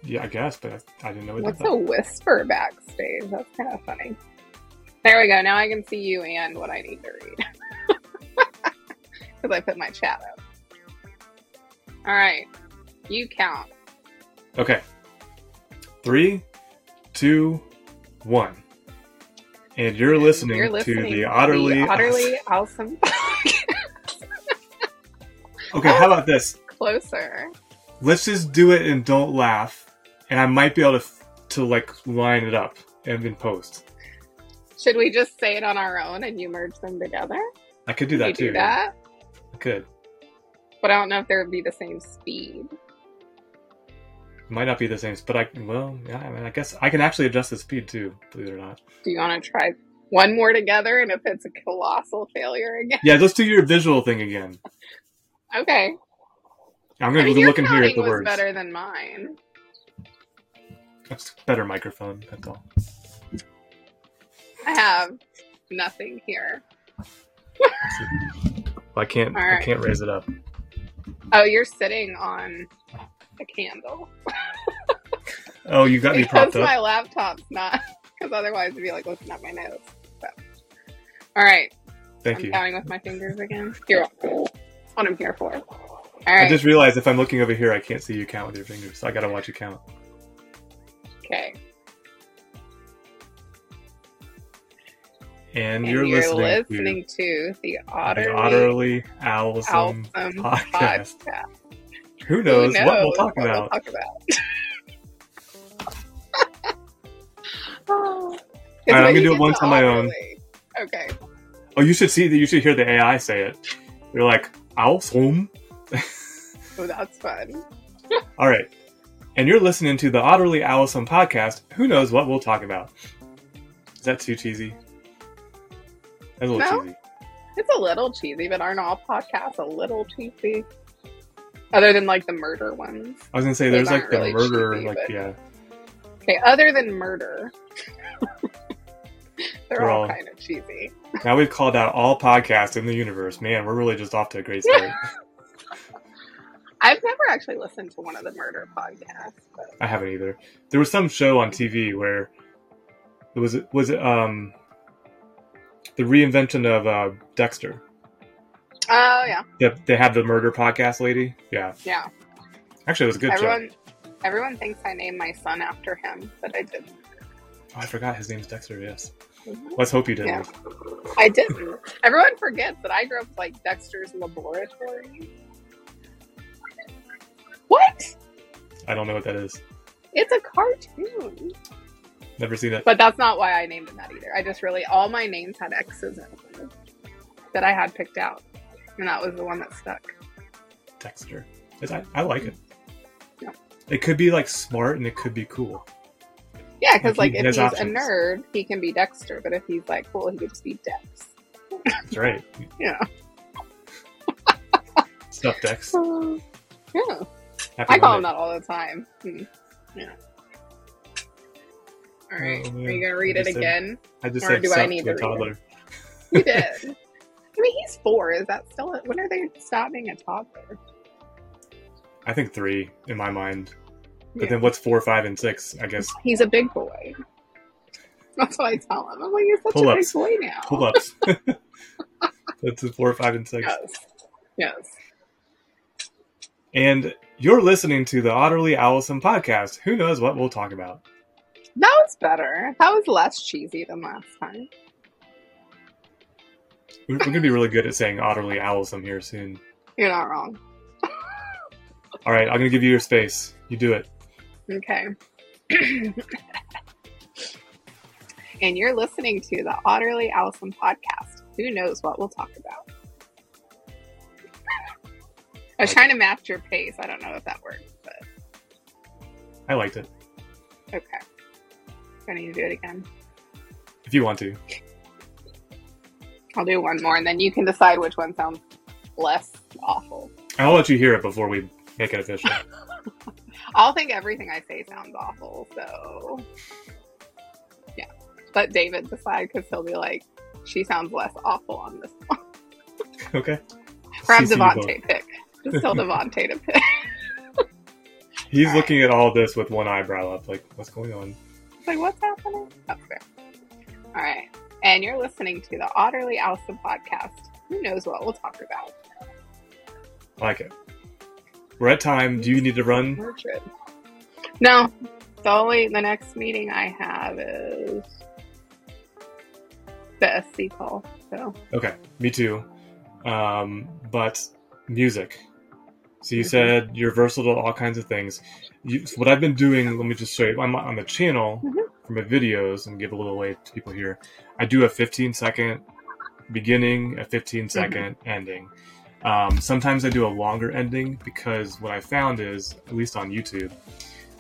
Speaker 2: Yeah, I guess, but I, I didn't know it
Speaker 1: What's
Speaker 2: did that.
Speaker 1: a whisper backstage? That's kind of funny. There we go. Now I can see you and what I need to read. Because I put my chat up. All right. You count.
Speaker 2: Okay. Three, two, one. And you're listening,
Speaker 1: You're listening
Speaker 2: to the utterly.
Speaker 1: utterly awesome.
Speaker 2: okay, how about this?
Speaker 1: Closer.
Speaker 2: Let's just do it and don't laugh, and I might be able to f- to like line it up and then post.
Speaker 1: Should we just say it on our own and you merge them together?
Speaker 2: I could do
Speaker 1: Can
Speaker 2: that
Speaker 1: you
Speaker 2: too.
Speaker 1: do that?
Speaker 2: I could.
Speaker 1: But I don't know if there would be the same speed.
Speaker 2: Might not be the same, but I well, yeah. I, mean, I guess I can actually adjust the speed too. Believe it or not.
Speaker 1: Do you want to try one more together and if it's a colossal failure again?
Speaker 2: Yeah, let's do your visual thing again.
Speaker 1: Okay.
Speaker 2: I'm
Speaker 1: I
Speaker 2: gonna
Speaker 1: mean,
Speaker 2: be
Speaker 1: your
Speaker 2: looking here at
Speaker 1: counting
Speaker 2: the
Speaker 1: was
Speaker 2: words.
Speaker 1: better than mine.
Speaker 2: That's better microphone. That's all.
Speaker 1: I have nothing here.
Speaker 2: I can't.
Speaker 1: All
Speaker 2: I
Speaker 1: right.
Speaker 2: can't raise it up.
Speaker 1: Oh, you're sitting on a candle.
Speaker 2: Oh, you got me
Speaker 1: Because
Speaker 2: propped up.
Speaker 1: my laptop's not. Because otherwise, it'd be like looking at my nose. So. All right.
Speaker 2: Thank
Speaker 1: I'm
Speaker 2: you.
Speaker 1: counting with my fingers again. You're welcome. That's what I'm here for. All
Speaker 2: I
Speaker 1: right.
Speaker 2: just realized if I'm looking over here, I can't see you count with your fingers, so I gotta watch you count.
Speaker 1: Okay.
Speaker 2: And,
Speaker 1: And
Speaker 2: you're, listening,
Speaker 1: listening to, the
Speaker 2: to the
Speaker 1: Otterly,
Speaker 2: Otterly Allison
Speaker 1: Awesome
Speaker 2: podcast.
Speaker 1: podcast.
Speaker 2: Who
Speaker 1: Who
Speaker 2: knows what we'll
Speaker 1: knows
Speaker 2: talk
Speaker 1: what we'll
Speaker 2: about?
Speaker 1: talk about. Oh. It's
Speaker 2: All right,
Speaker 1: what
Speaker 2: I'm gonna
Speaker 1: you
Speaker 2: do it
Speaker 1: get
Speaker 2: once
Speaker 1: to
Speaker 2: on my own.
Speaker 1: Otterly. Okay.
Speaker 2: Oh, you should see that. You should hear the AI say it. You're like awesome.
Speaker 1: Oh, that's fun.
Speaker 2: All right. And you're listening to the Otterly Allison podcast. Who knows what we'll talk about? Is that too cheesy? That's a little
Speaker 1: No.
Speaker 2: cheesy.
Speaker 1: It's a little cheesy, but aren't all podcasts a little cheesy? Other than like the murder ones.
Speaker 2: I was gonna say
Speaker 1: Those
Speaker 2: there's like
Speaker 1: aren't
Speaker 2: the
Speaker 1: really
Speaker 2: murder,
Speaker 1: cheesy,
Speaker 2: like
Speaker 1: but-
Speaker 2: yeah,
Speaker 1: Okay, other than murder. They're
Speaker 2: They're
Speaker 1: all
Speaker 2: all-
Speaker 1: kind of cheesy.
Speaker 2: Now we've called out all podcasts in the universe. Man, we're really just off to a great start.
Speaker 1: I've never actually listened to one of the murder podcasts, but
Speaker 2: I haven't either. There was some show on TV where it was was it um the reinvention of uh, Dexter.
Speaker 1: oh yeah,
Speaker 2: Yep, they had the murder podcast lady. Yeah,
Speaker 1: yeah.
Speaker 2: actually, it was a good show.
Speaker 1: everyone, everyone thinks I named my son after him, but I didn't.
Speaker 2: Oh, I forgot his name's Dexter. Yes, let's hope you didn't.
Speaker 1: Yeah. I didn't. Everyone forgets that I grew up with, like Dexter's Laboratory. What?
Speaker 2: I don't know what that is.
Speaker 1: It's a cartoon.
Speaker 2: Never seen it.
Speaker 1: But that's not why I named him that either. I just really all my names had X's in them that I had picked out, and that was the one that stuck.
Speaker 2: Dexter. It's- I, I like it.
Speaker 1: Yeah.
Speaker 2: It could be like smart and it could be cool.
Speaker 1: Yeah, because like
Speaker 2: Like, he
Speaker 1: if
Speaker 2: has
Speaker 1: he's a
Speaker 2: options.
Speaker 1: nerd, he can be Dexter, but if he's like cool, he could just be Dex.
Speaker 2: That's right.
Speaker 1: Yeah.
Speaker 2: Stuff Dex.
Speaker 1: yeah,
Speaker 2: Happy
Speaker 1: I call him
Speaker 2: Monday.
Speaker 1: that all the time. Hmm. Yeah. All right,
Speaker 2: Oh, man.
Speaker 1: are you gonna read
Speaker 2: I
Speaker 1: it
Speaker 2: just said-
Speaker 1: again?
Speaker 2: I just
Speaker 1: or
Speaker 2: said
Speaker 1: do I
Speaker 2: stuff
Speaker 1: need
Speaker 2: to a
Speaker 1: to read it?
Speaker 2: toddler.
Speaker 1: You did. I mean, he's four. Is that still? A, when are they stop being a toddler?
Speaker 2: I think three in my mind. But
Speaker 1: Yeah.
Speaker 2: then what's four, five, and six? I guess
Speaker 1: He's a big boy. That's what I tell him. I'm like, you're such a big
Speaker 2: Pull-ups.
Speaker 1: boy now.
Speaker 2: pull ups. That's the four, five, and six.
Speaker 1: Yes. Yes.
Speaker 2: And you're listening to the Otterly Allison podcast. Who knows what we'll talk about?
Speaker 1: That was better. That was less cheesy than last time.
Speaker 2: We're, we're going to be really good at saying Otterly Allison here soon.
Speaker 1: You're not wrong.
Speaker 2: All right, I'm going to give you your space. You do it.
Speaker 1: Okay. and you're listening to the Otterly Allison podcast. Who knows what we'll talk about? I was trying to match your pace. I don't know if that worked, but
Speaker 2: I liked it.
Speaker 1: okay. I need to do it again.
Speaker 2: If you want to.
Speaker 1: I'll do one more and then you can decide which one sounds less awful.
Speaker 2: I'll let you hear it before we make it official.
Speaker 1: I'll think everything I say sounds awful, so yeah. Let David decide because he'll be like, she sounds less awful on this
Speaker 2: okay.
Speaker 1: Or have
Speaker 2: CC you
Speaker 1: Devontae pick. Just tell Devontae to pick.
Speaker 2: both. He's
Speaker 1: All right.
Speaker 2: looking at all this with one eyebrow up, like, what's going on?
Speaker 1: It's like, what's happening? That's fair. All right. And you're listening to the Otterly Allison podcast. Who knows what we'll talk about?
Speaker 2: I like it. We're at time. Do you need to run?
Speaker 1: We're good. No, the only the next meeting I have is the SC call. So
Speaker 2: Okay, me too. Um, but music. So you said you're versatile to all kinds of things. You, so what I've been doing, let me just show you. I'm on the channel
Speaker 1: Mhm.
Speaker 2: for my videos and give a little away to people here. I do a 15 second beginning, a 15 second ending. Um, sometimes I do a longer ending because what I found is, at least on YouTube,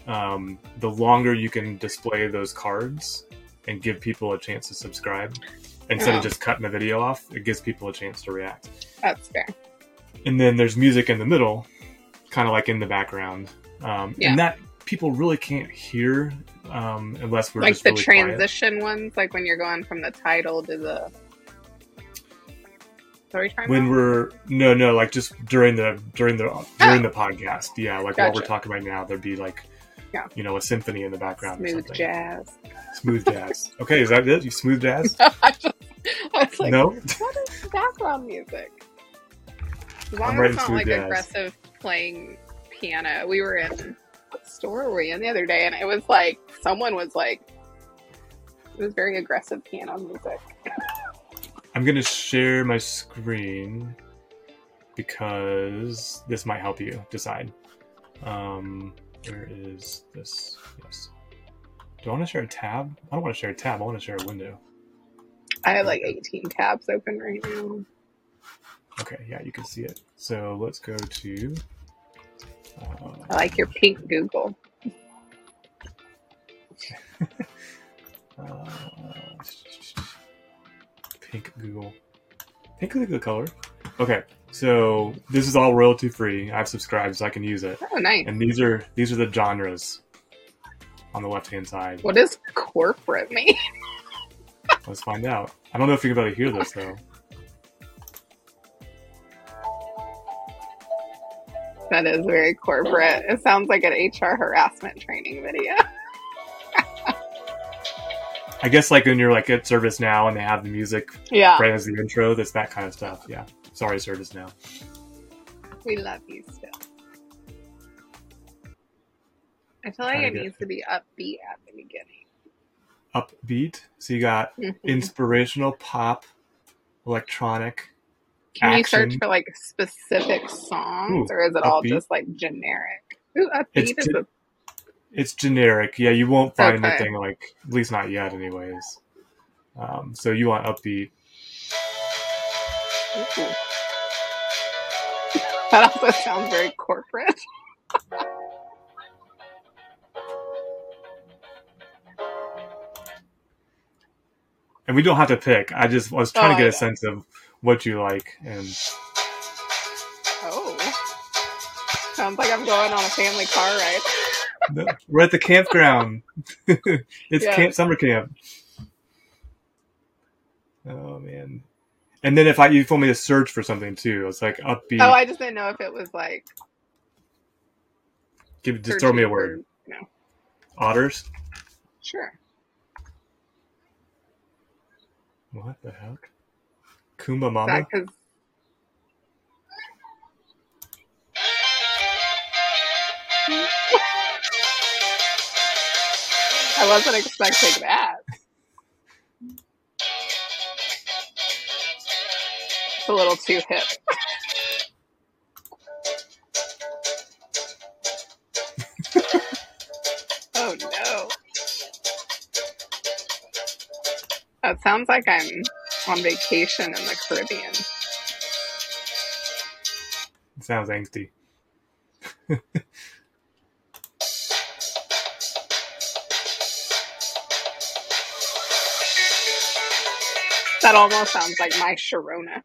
Speaker 2: um, the longer you can display those cards and give people a chance to subscribe instead
Speaker 1: Oh.
Speaker 2: of just cutting the video off, it gives people a chance to react.
Speaker 1: that's fair.
Speaker 2: And then there's music in the middle, kind of like in the background. Um,
Speaker 1: Yeah.
Speaker 2: And that people really can't hear um, unless we're
Speaker 1: like
Speaker 2: just
Speaker 1: the
Speaker 2: really quiet.
Speaker 1: transition ones, like when you're going from the title to the. Are we trying
Speaker 2: when
Speaker 1: that?
Speaker 2: we're no no like just during the during the during the podcast yeah like while we're
Speaker 1: Ah! Gotcha.
Speaker 2: talking right now there'd be like
Speaker 1: Yeah.
Speaker 2: you know a symphony in the background or
Speaker 1: smooth
Speaker 2: something.
Speaker 1: jazz.
Speaker 2: smooth jazz okay is that it you smooth jazz
Speaker 1: I, just, I was like,
Speaker 2: no
Speaker 1: What is background music? As long
Speaker 2: I'm
Speaker 1: as it's not like
Speaker 2: writing smooth jazz.
Speaker 1: aggressive playing piano. We were in what store were we in the other day and it was like someone was like it was very aggressive piano music.
Speaker 2: I'm gonna share my screen because this might help you decide. Um, where is this? Yes. Do I want to share a tab? I don't want to share a tab. I want to share a window.
Speaker 1: I have like 18 tabs open right now.
Speaker 2: Okay, yeah, you can see it. So let's go to. Uh,
Speaker 1: I like your pink Google.
Speaker 2: uh, pink Google. Pink Google color. Okay, so this is all royalty free. I've subscribed, so I can use it.
Speaker 1: Oh, nice.
Speaker 2: And these are these are the genres on the left hand side.
Speaker 1: What does corporate mean?
Speaker 2: Let's find out. I don't know if you're about to hear this though.
Speaker 1: That is very corporate. It sounds like an HR harassment training video.
Speaker 2: I guess like when you're like at service now and they have the music
Speaker 1: Yeah,
Speaker 2: right as the intro, that's that kind of stuff. Yeah. Sorry, service now.
Speaker 1: we love you still. I feel like
Speaker 2: Kinda
Speaker 1: it
Speaker 2: good.
Speaker 1: needs to be upbeat at the beginning.
Speaker 2: Upbeat. So you got
Speaker 1: Mhm.
Speaker 2: inspirational pop, electronic.
Speaker 1: Can you search
Speaker 2: action.
Speaker 1: for like specific songs,
Speaker 2: Ooh,
Speaker 1: or is it all
Speaker 2: upbeat.
Speaker 1: just like generic? Ooh, upbeat
Speaker 2: It's
Speaker 1: is
Speaker 2: ge-
Speaker 1: a,
Speaker 2: It's generic. Yeah, you won't find
Speaker 1: Okay.
Speaker 2: anything like at least not yet, anyways. Um, so you want upbeat.
Speaker 1: ooh. that also sounds very corporate.
Speaker 2: and we don't have to pick. I just was trying
Speaker 1: Oh,
Speaker 2: to get
Speaker 1: I
Speaker 2: a sense of what you like, and
Speaker 1: Oh, sounds like I'm going on a family car ride.
Speaker 2: we're at the campground. it's
Speaker 1: Yeah.
Speaker 2: camp summer camp. Oh man! And then if I you told me to search for something too, it's like upbeat.
Speaker 1: Oh, I just didn't know if it was like.
Speaker 2: Give, just throw me a
Speaker 1: searching
Speaker 2: word.
Speaker 1: for- No,
Speaker 2: Otters.
Speaker 1: sure.
Speaker 2: What the heck? Kumba Mama.
Speaker 1: That because I wasn't expecting that. It's a little too hip. oh no. That sounds like I'm on vacation in the Caribbean.
Speaker 2: Sounds angsty.
Speaker 1: That almost sounds like my Sharona.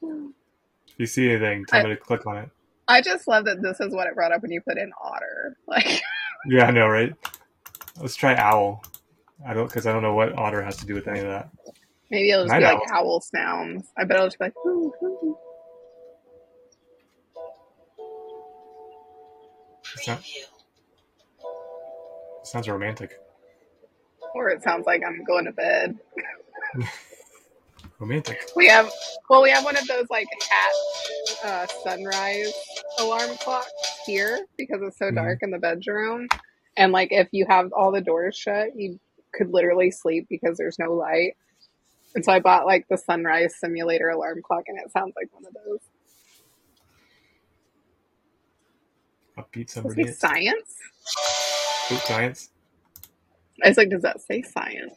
Speaker 2: If you see anything, tell me to click on it.
Speaker 1: I just love that this is what it brought up when you put in otter. Like,
Speaker 2: Yeah, I know, right? Let's try owl. I don't because I don't know what otter has to do with any of that.
Speaker 1: maybe it'll just
Speaker 2: Night
Speaker 1: be like owl sounds. I bet it'll just be like, "Ooh, ooh."
Speaker 2: It's not- sounds romantic.
Speaker 1: or it sounds like I'm going to bed.
Speaker 2: Romantic.
Speaker 1: We have, well, we have one of those like at uh, sunrise alarm clocks here because it's so
Speaker 2: Mhm.
Speaker 1: dark in the bedroom. And like, if you have all the doors shut, you could literally sleep because there's no light. And so I bought like the sunrise simulator alarm clock, and it sounds like one of those.
Speaker 2: Upbeat
Speaker 1: Does it say
Speaker 2: subreddit.
Speaker 1: science?
Speaker 2: Food science.
Speaker 1: I was like, does that say science?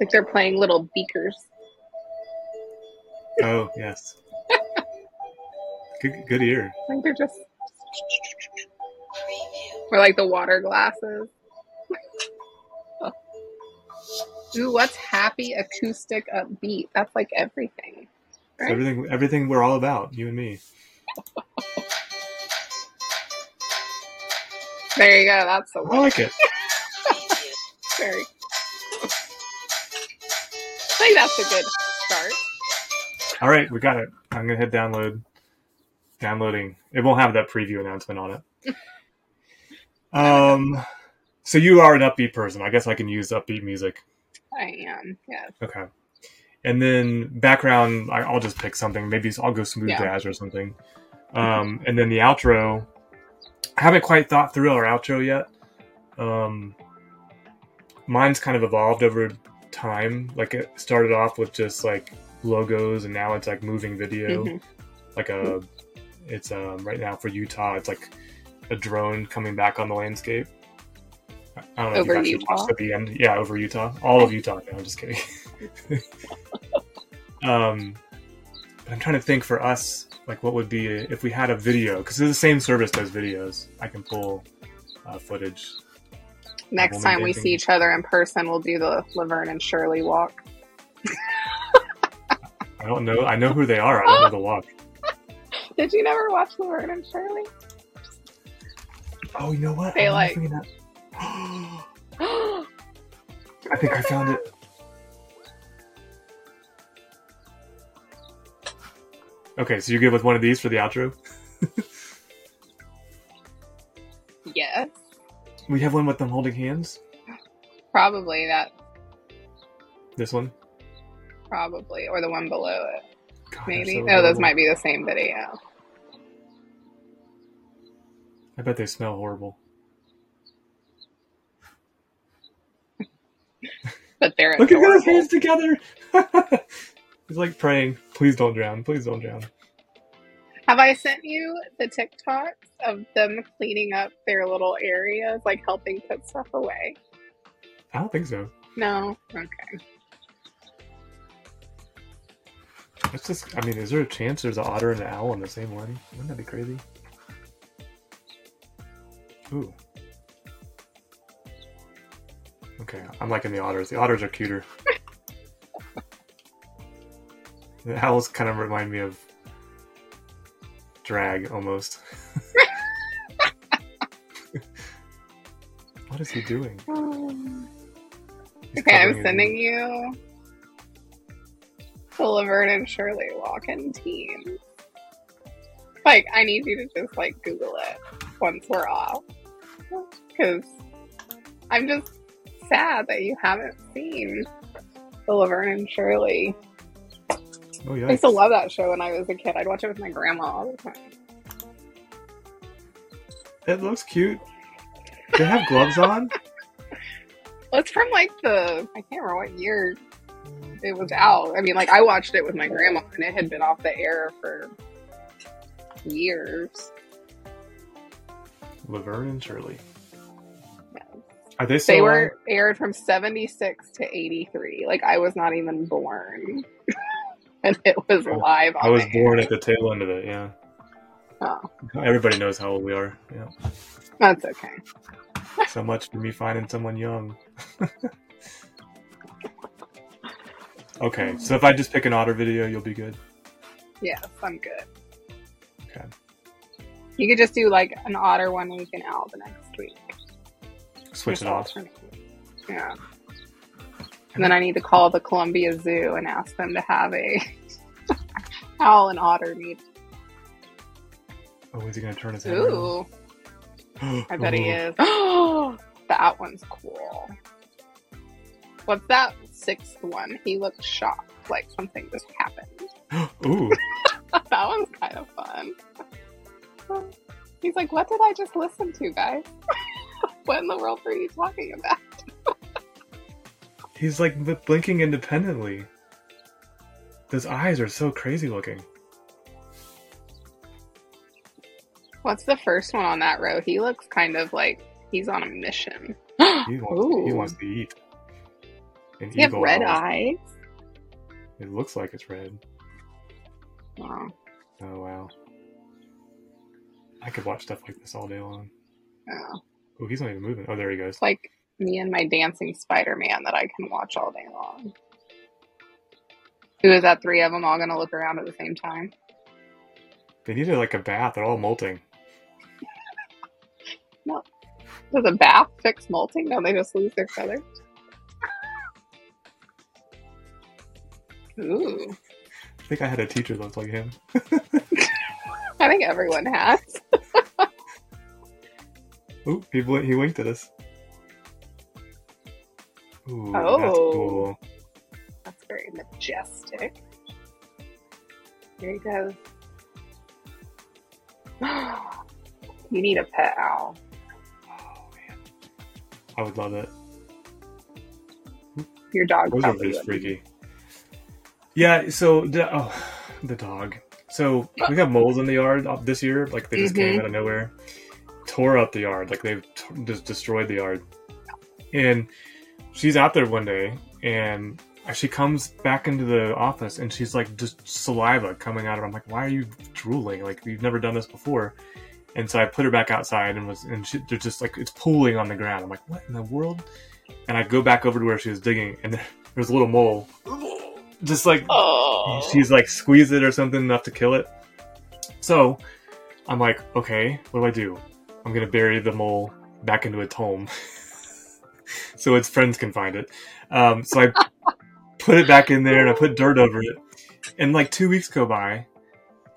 Speaker 1: Like they're playing little beakers.
Speaker 2: Oh yes. Good, good ear.
Speaker 1: Like they're just. Or like the water glasses. Ooh, what's happy, acoustic, upbeat? That's like everything.
Speaker 2: It's
Speaker 1: Right?
Speaker 2: Everything, everything we're all about, you and me.
Speaker 1: There you go. That's the
Speaker 2: I
Speaker 1: one.
Speaker 2: like it.
Speaker 1: Very. I think that's a good start.
Speaker 2: All right, we got it. I'm gonna hit download. Downloading. It won't have that preview announcement on it. Um, so you are an upbeat person. I guess I can use upbeat music.
Speaker 1: I am. Yes.
Speaker 2: Okay. And then background, I- I'll just pick something. Maybe I'll go smooth
Speaker 1: Yeah.
Speaker 2: jazz or something. Um, and then the outro, I haven't quite thought through our outro yet. Um, mine's kind of evolved over time. Like it started off with just like logos, and now it's like moving video.
Speaker 1: Mhm.
Speaker 2: Like a, it's um, right now for Utah. It's like a drone coming back on the landscape. I I don't know
Speaker 1: Over
Speaker 2: if you've actually
Speaker 1: Utah?
Speaker 2: watched to the end. Yeah, over Utah, all of Utah. No, I'm just kidding. um, but I'm trying to think for us, like what would be if we had a video because the same service does videos. I can pull uh, footage.
Speaker 1: Next
Speaker 2: woman
Speaker 1: time we
Speaker 2: dancing.
Speaker 1: see each other in person, we'll do the Laverne and Shirley walk.
Speaker 2: I don't know. I know who they are. I don't
Speaker 1: Oh!
Speaker 2: know the walk.
Speaker 1: Did you never watch Laverne and Shirley?
Speaker 2: Oh, you know what?
Speaker 1: They,
Speaker 2: I'm
Speaker 1: like-
Speaker 2: thinking that- I think I found it. Okay, so you're good with one of these for the outro?
Speaker 1: yes,
Speaker 2: We have one with them holding hands.
Speaker 1: probably that,
Speaker 2: This one?
Speaker 1: probably, or the one below it,
Speaker 2: God, they're
Speaker 1: maybe.
Speaker 2: so
Speaker 1: no, those
Speaker 2: adorable.
Speaker 1: might be the same video.
Speaker 2: I bet they smell horrible.
Speaker 1: But they're
Speaker 2: Look at those
Speaker 1: adorable.
Speaker 2: hands together! He's like praying, please don't drown, please don't drown.
Speaker 1: Have I sent you the TikToks of them cleaning up their little areas, like helping put stuff away?
Speaker 2: I don't think so.
Speaker 1: No. Okay.
Speaker 2: That's just, I mean, is there a chance there's an otter and an owl in the same one? Wouldn't that be crazy? Ooh. Okay, I'm liking the otters. The otters are cuter. the owls kind of remind me of drag almost. what is he doing?
Speaker 1: Okay,
Speaker 2: He's Um, covering
Speaker 1: I'm
Speaker 2: his-
Speaker 1: sending you the Laverne and Shirley walking team. Like, I need you to just like Google it once we're off, because I'm just sad that you haven't seen the Laverne and Shirley.
Speaker 2: Oh,
Speaker 1: I
Speaker 2: yeah.
Speaker 1: used to love that show when I was a kid. I'd watch it with my grandma all the time.
Speaker 2: It looks cute. They have gloves on?
Speaker 1: Well, It's from like the I can't remember what year it was out. I mean, like I watched it with my grandma, and it had been off the air for years.
Speaker 2: Laverne and Shirley.
Speaker 1: Yes.
Speaker 2: Are they still
Speaker 1: They
Speaker 2: on?
Speaker 1: were aired from seventy six to eighty three. Like I was not even born, and it was
Speaker 2: Oh,
Speaker 1: live. On
Speaker 2: I was
Speaker 1: the air.
Speaker 2: born at the tail end of it, yeah.
Speaker 1: Oh.
Speaker 2: Everybody knows how old we are. Yeah.
Speaker 1: That's okay.
Speaker 2: So much for me finding someone young.
Speaker 1: Mm-hmm.
Speaker 2: okay, so if I just pick an otter video, you'll be good.
Speaker 1: Yes, I'm good.
Speaker 2: Okay.
Speaker 1: You could just do like an otter one week and owl the next week.
Speaker 2: Switch
Speaker 1: Just
Speaker 2: it off.
Speaker 1: alternate. Yeah. And then I need to call the Columbia Zoo and ask them to have a owl and otter meet.
Speaker 2: Oh, is he going to turn his head? around?
Speaker 1: Ooh, I bet he
Speaker 2: Ooh.
Speaker 1: is. that one's cool. What's that sixth one? He looked shocked, like something just happened.
Speaker 2: Ooh.
Speaker 1: that one's kind of fun. He's like, "What did I just listen to, guys? what in the world were you talking about?"
Speaker 2: He's like bl- blinking independently. Those eyes are so crazy looking.
Speaker 1: What's the first one on that row? He looks kind of like he's on a mission.
Speaker 2: He wants, he
Speaker 1: Ooh.
Speaker 2: wants to eat. And
Speaker 1: Does he have
Speaker 2: eagle
Speaker 1: red
Speaker 2: owls.
Speaker 1: eyes?
Speaker 2: It looks like it's red.
Speaker 1: Oh,
Speaker 2: Oh wow. I could watch stuff like this all day long.
Speaker 1: oh.
Speaker 2: Oh, he's not even moving. Oh, there he goes.
Speaker 1: It's like me and my dancing Spider Man that I can watch all day long. Who is that? Three of them all going to look around at the same time?
Speaker 2: They needed like a bath. They're all molting.
Speaker 1: Does a bath fix molting? No, they just lose their feathers. Ooh,
Speaker 2: I think I had a teacher that looked like him.
Speaker 1: I think everyone has.
Speaker 2: Oh, he bl- he winked at us. Ooh, that's
Speaker 1: Oh.
Speaker 2: cool.
Speaker 1: That's very majestic. There he goes. you need a pet owl.
Speaker 2: Oh man, I would love it.
Speaker 1: Your dog
Speaker 2: Those are
Speaker 1: probably
Speaker 2: just
Speaker 1: would.
Speaker 2: freaky. Yeah, so the, oh, the dog. So we got moles in the yard uh, this year. Like they just came out of nowhere, tore up the yard. Like they've t- just destroyed the yard. And she's out there one day, and she comes back into the office, and she's like just saliva coming out of. her. I'm like, why are you drooling? Like you've never done this before. And so I put her back outside, and was and she, they're just like it's pooling on the ground. I'm like, what in the world? And I go back over to where she was digging, and there, there's a little mole, just like
Speaker 1: Oh,
Speaker 2: she's like squeeze it or something enough to kill it. So I'm like, okay, what do I do? I'm gonna bury the mole back into its home, so its friends can find it. Um, so I put it back in there and I put dirt over it, and like two weeks go by,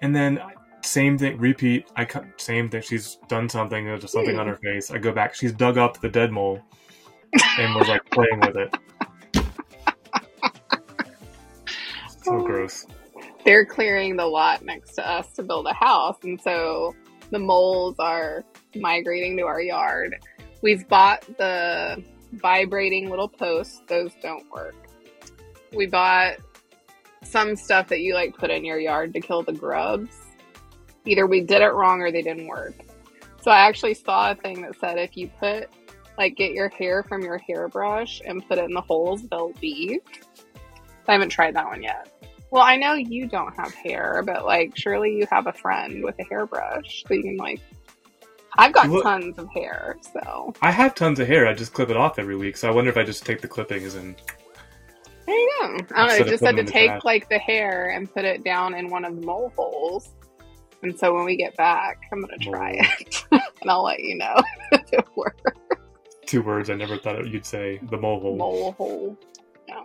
Speaker 2: and then I- same thing repeat. I cut same thing. She's done something. There's just something on her face. I go back. She's dug up the dead mole and was like playing with it. So gross.
Speaker 1: they're clearing the lot next to us to build a house, and so the moles are migrating to our yard. We've bought the vibrating little posts; those don't work. We bought some stuff that you like put in your yard to kill the grubs. Either we did it wrong or they didn't work. So I actually saw a thing that said if you put like get your hair from your hairbrush and put it in the holes, they'll leave. I haven't tried that one yet. Well, I know you don't have hair, but like surely you have a friend with a hairbrush that you can like. I've got
Speaker 2: Look-
Speaker 1: tons of hair, so
Speaker 2: I have tons of hair. I just clip it off every week. So I wonder if I just take the clippings and
Speaker 1: there you go. I don't know.
Speaker 2: Instead
Speaker 1: It
Speaker 2: of
Speaker 1: just had
Speaker 2: putting them
Speaker 1: to
Speaker 2: in the
Speaker 1: take
Speaker 2: trash.
Speaker 1: like the hair and put it down in one of the mole holes. And so when we get back, I'm gonna try
Speaker 2: Mole.
Speaker 1: it, and I'll let you know if it works.
Speaker 2: two words I never thought you'd say the mole hole.
Speaker 1: mole hole. Yeah.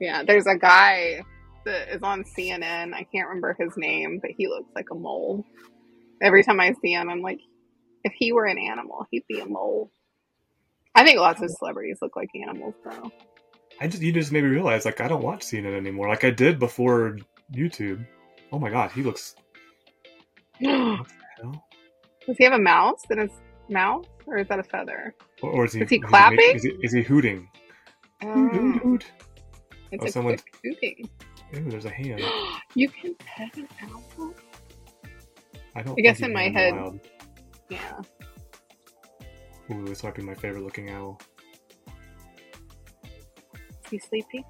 Speaker 1: yeah, there's a guy that is on CNN. I can't remember his name, but he looks like a mole. Every time I see him, I'm like, if he were an animal, he'd be a mole. I think lots of celebrities look like animals, though.
Speaker 2: I just you just made me realize like I don't watch CNN anymore. Like I did before YouTube. Oh my god, he looks.
Speaker 1: Does
Speaker 2: Hell?
Speaker 1: he have a mouse in his mouth, or is that a feather?
Speaker 2: Or, or is he?
Speaker 1: Is he
Speaker 2: ma-
Speaker 1: clapping?
Speaker 2: Is he, is he hooting? Hoot, hoot,
Speaker 1: Oh,
Speaker 2: hoot.
Speaker 1: it's
Speaker 2: Mm-hmm. Oh,
Speaker 1: a
Speaker 2: someone's-
Speaker 1: quick pooping.
Speaker 2: Ooh, there's a hand.
Speaker 1: you can pet an owl.
Speaker 2: I don't.
Speaker 1: I guess
Speaker 2: think
Speaker 1: in
Speaker 2: he's
Speaker 1: my
Speaker 2: the
Speaker 1: head-
Speaker 2: wild.
Speaker 1: Yeah,
Speaker 2: Ooh, this might be my favorite looking owl.
Speaker 1: is he sleeping?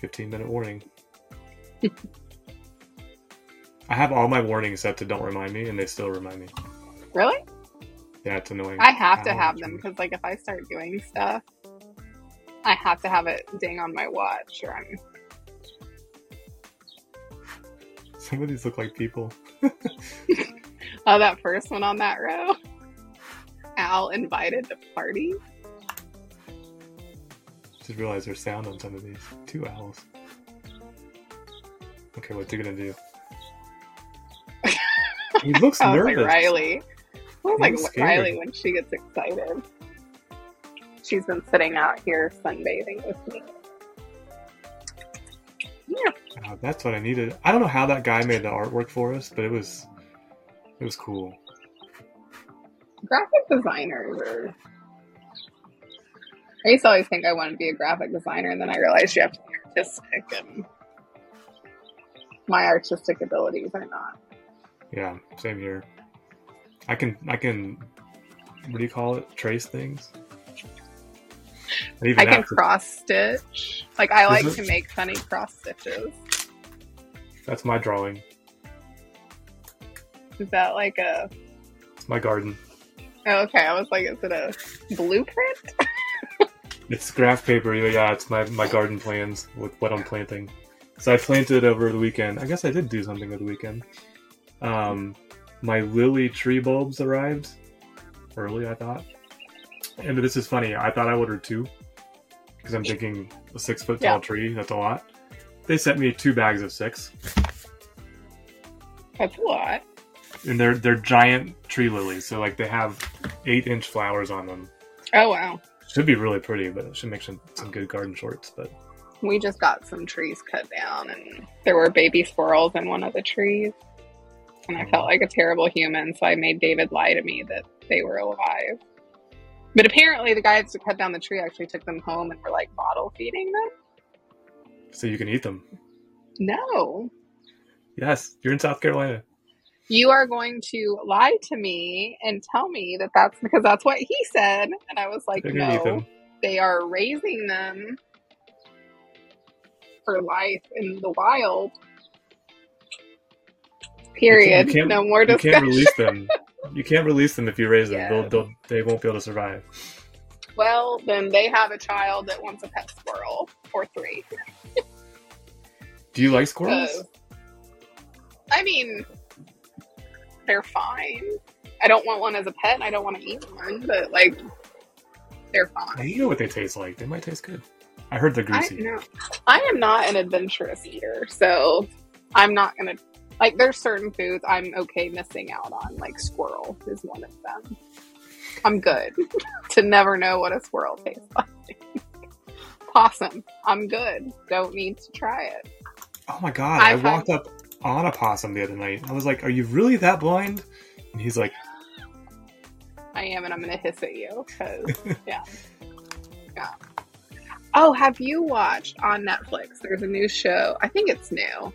Speaker 2: Fifteen minute warning. I have all my warnings set to don't remind me, and they still remind me.
Speaker 1: Really?
Speaker 2: Yeah, it's annoying.
Speaker 1: I have to
Speaker 2: Ow,
Speaker 1: have them
Speaker 2: geez.
Speaker 1: because, like, if I start doing stuff, I have to have it ding on my watch. Or I'm,
Speaker 2: Some of these look like people.
Speaker 1: oh, that first one on that row. Al invited to party.
Speaker 2: Just realized there's sound on some of these. Two owls. Okay, what's he gonna do? he looks
Speaker 1: I was
Speaker 2: nervous.
Speaker 1: like Riley. I was
Speaker 2: He was
Speaker 1: like
Speaker 2: scared.
Speaker 1: Riley when she gets excited. She's been sitting out here sunbathing with me.
Speaker 2: Oh, that's what I needed. I don't know how that guy made the artwork for us, but it was it was cool.
Speaker 1: Graphic designers are. I used to always think I wanted to be a graphic designer, and then I realized you have to be artistic, and my artistic abilities are not.
Speaker 2: Yeah, same here. I can I can what do you call it? Trace things. And even
Speaker 1: I can
Speaker 2: that's
Speaker 1: cross stitch. Like I like
Speaker 2: Is it-
Speaker 1: to make funny cross stitches.
Speaker 2: that's my drawing.
Speaker 1: Is that like a?
Speaker 2: It's my garden.
Speaker 1: Oh, okay, I was like, is it a blueprint?
Speaker 2: It's graph paper. Yeah, it's my, my garden plans with what I'm planting. So I planted over the weekend. I guess I did do something over the weekend. Um, my lily tree bulbs arrived early, I thought. And this is funny. I thought I ordered two because I'm thinking a six foot tall
Speaker 1: Yeah.
Speaker 2: tree. That's a lot. They sent me two bags of six,
Speaker 1: That's a lot.
Speaker 2: and they're they're giant tree lilies. So like they have eight inch flowers on them.
Speaker 1: Oh wow,
Speaker 2: Should be really pretty, but it should make some, some good garden shorts. But
Speaker 1: we just got some trees cut down, and there were baby squirrels in one of the trees. and I felt like a terrible human, so I made David lie to me that they were alive. But apparently, the guys who cut down the tree actually took them home and were like bottle feeding them.
Speaker 2: so you can eat them.
Speaker 1: No,
Speaker 2: Yes, you're in South Carolina.
Speaker 1: you are going to lie to me and tell me that that's because that's what he said, and I was like,
Speaker 2: You're gonna
Speaker 1: no,
Speaker 2: eat them.
Speaker 1: they are raising them for life in the wild. Period.
Speaker 2: You can't-
Speaker 1: no more
Speaker 2: You can't
Speaker 1: discussion.
Speaker 2: release them. You can't release them if you raise them.
Speaker 1: Yeah.
Speaker 2: They'll, they'll, they won't be able to survive.
Speaker 1: Well, then they have a child that wants a pet squirrel or three.
Speaker 2: Do you like squirrels?
Speaker 1: So, I mean, they're fine. I don't want one as a pet. and I don't want to eat one, but like, they're
Speaker 2: I
Speaker 1: fine.
Speaker 2: you know what they taste like. They might taste good. I heard they're
Speaker 1: I
Speaker 2: greasy.
Speaker 1: no, I am not an adventurous eater, so I'm not gonna like. There's certain foods I'm okay missing out on. Like squirrel is one of them. I'm good to never know what a squirrel tastes like. Possum, I'm good. Don't need to try it.
Speaker 2: Oh my god!
Speaker 1: I
Speaker 2: I, walked up on a possum the other night. I was like, "Are you really that blind?" And he's like,
Speaker 1: I am, and I'm gonna hiss at you because yeah, yeah. Oh, have you watched on Netflix? There's a new show. I think it's new,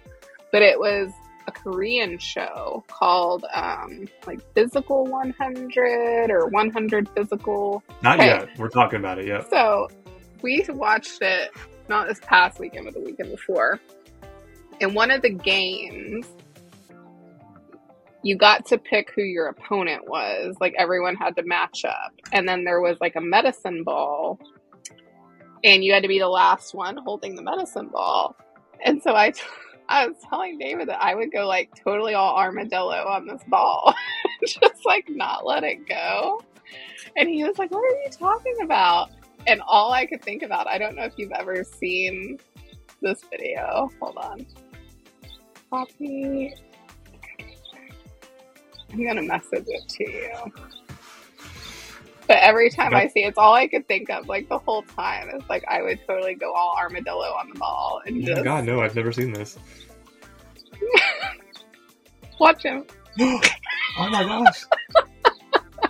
Speaker 1: but it was a Korean show called um, like Physical 100 or 100 Physical.
Speaker 2: "Not
Speaker 1: Hey.
Speaker 2: yet. We're talking about it yet."
Speaker 1: So we watched it not this past weekend, but the weekend before. In one of the games, you got to pick who your opponent was. Like everyone had to match up. And then there was like a medicine ball. And you had to be the last one holding the medicine ball. And so I, I was telling David that I would go like totally all armadillo on this ball, just like not let it go. And he was like, What are you talking about? And all I could think about, I don't know if you've ever seen this video. Hold on. Copy. I'm going to message it to you. But every time I see it, it's all I could think of, like the whole time. is like I would totally go all armadillo on the ball and
Speaker 2: Oh my
Speaker 1: just
Speaker 2: god, no! I've never seen this.
Speaker 1: watch him.
Speaker 2: oh my gosh!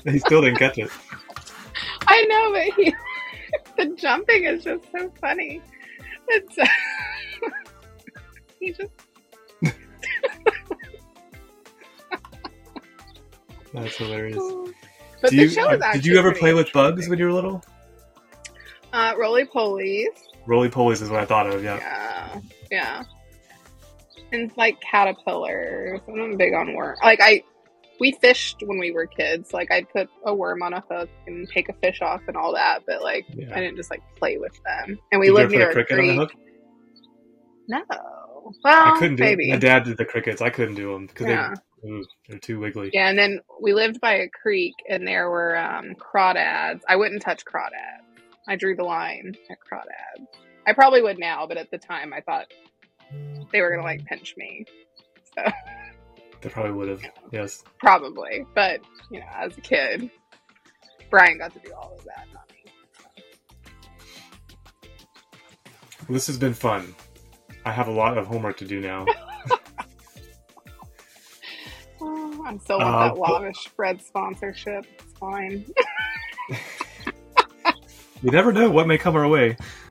Speaker 2: he still didn't catch it.
Speaker 1: I know, but he, the jumping is just so funny. It's he just
Speaker 2: That's hilarious.
Speaker 1: but
Speaker 2: Do
Speaker 1: the
Speaker 2: you-
Speaker 1: show is
Speaker 2: uh,
Speaker 1: actually
Speaker 2: did you ever play
Speaker 1: pretty
Speaker 2: with bugs
Speaker 1: interesting.
Speaker 2: when you were little?
Speaker 1: uh, roly polies?
Speaker 2: Roly polies is what I thought of. Yeah.
Speaker 1: Yeah, yeah, and like caterpillars. I'm not big on worm. Like I, we fished when we were kids. Like I'd put a worm on a hook and take a fish off and all that. But like
Speaker 2: yeah.
Speaker 1: I didn't just like play with them. And we
Speaker 2: Did you
Speaker 1: lived
Speaker 2: ever put
Speaker 1: near
Speaker 2: a
Speaker 1: a
Speaker 2: cricket
Speaker 1: creek.
Speaker 2: on the hook?
Speaker 1: No, well,
Speaker 2: I couldn't do
Speaker 1: Oh, maybe.
Speaker 2: it. My dad did the crickets. I couldn't do them because
Speaker 1: Yeah.
Speaker 2: they, ooh, they're too wiggly.
Speaker 1: Yeah, and then we lived by a creek, and there were um, crawdads. I wouldn't touch crawdads. I drew the line at crawdads. I probably would now, but at the time, I thought they were gonna like pinch me,
Speaker 2: They probably would have. Yes.
Speaker 1: probably. But you know, as a kid, Brian got to do all of that, not me.
Speaker 2: Well, this has been fun. I have a lot of homework to do now.
Speaker 1: Oh, I still want
Speaker 2: Uh,
Speaker 1: that lavish bread sponsorship. It's fine.
Speaker 2: you never know what may come our way.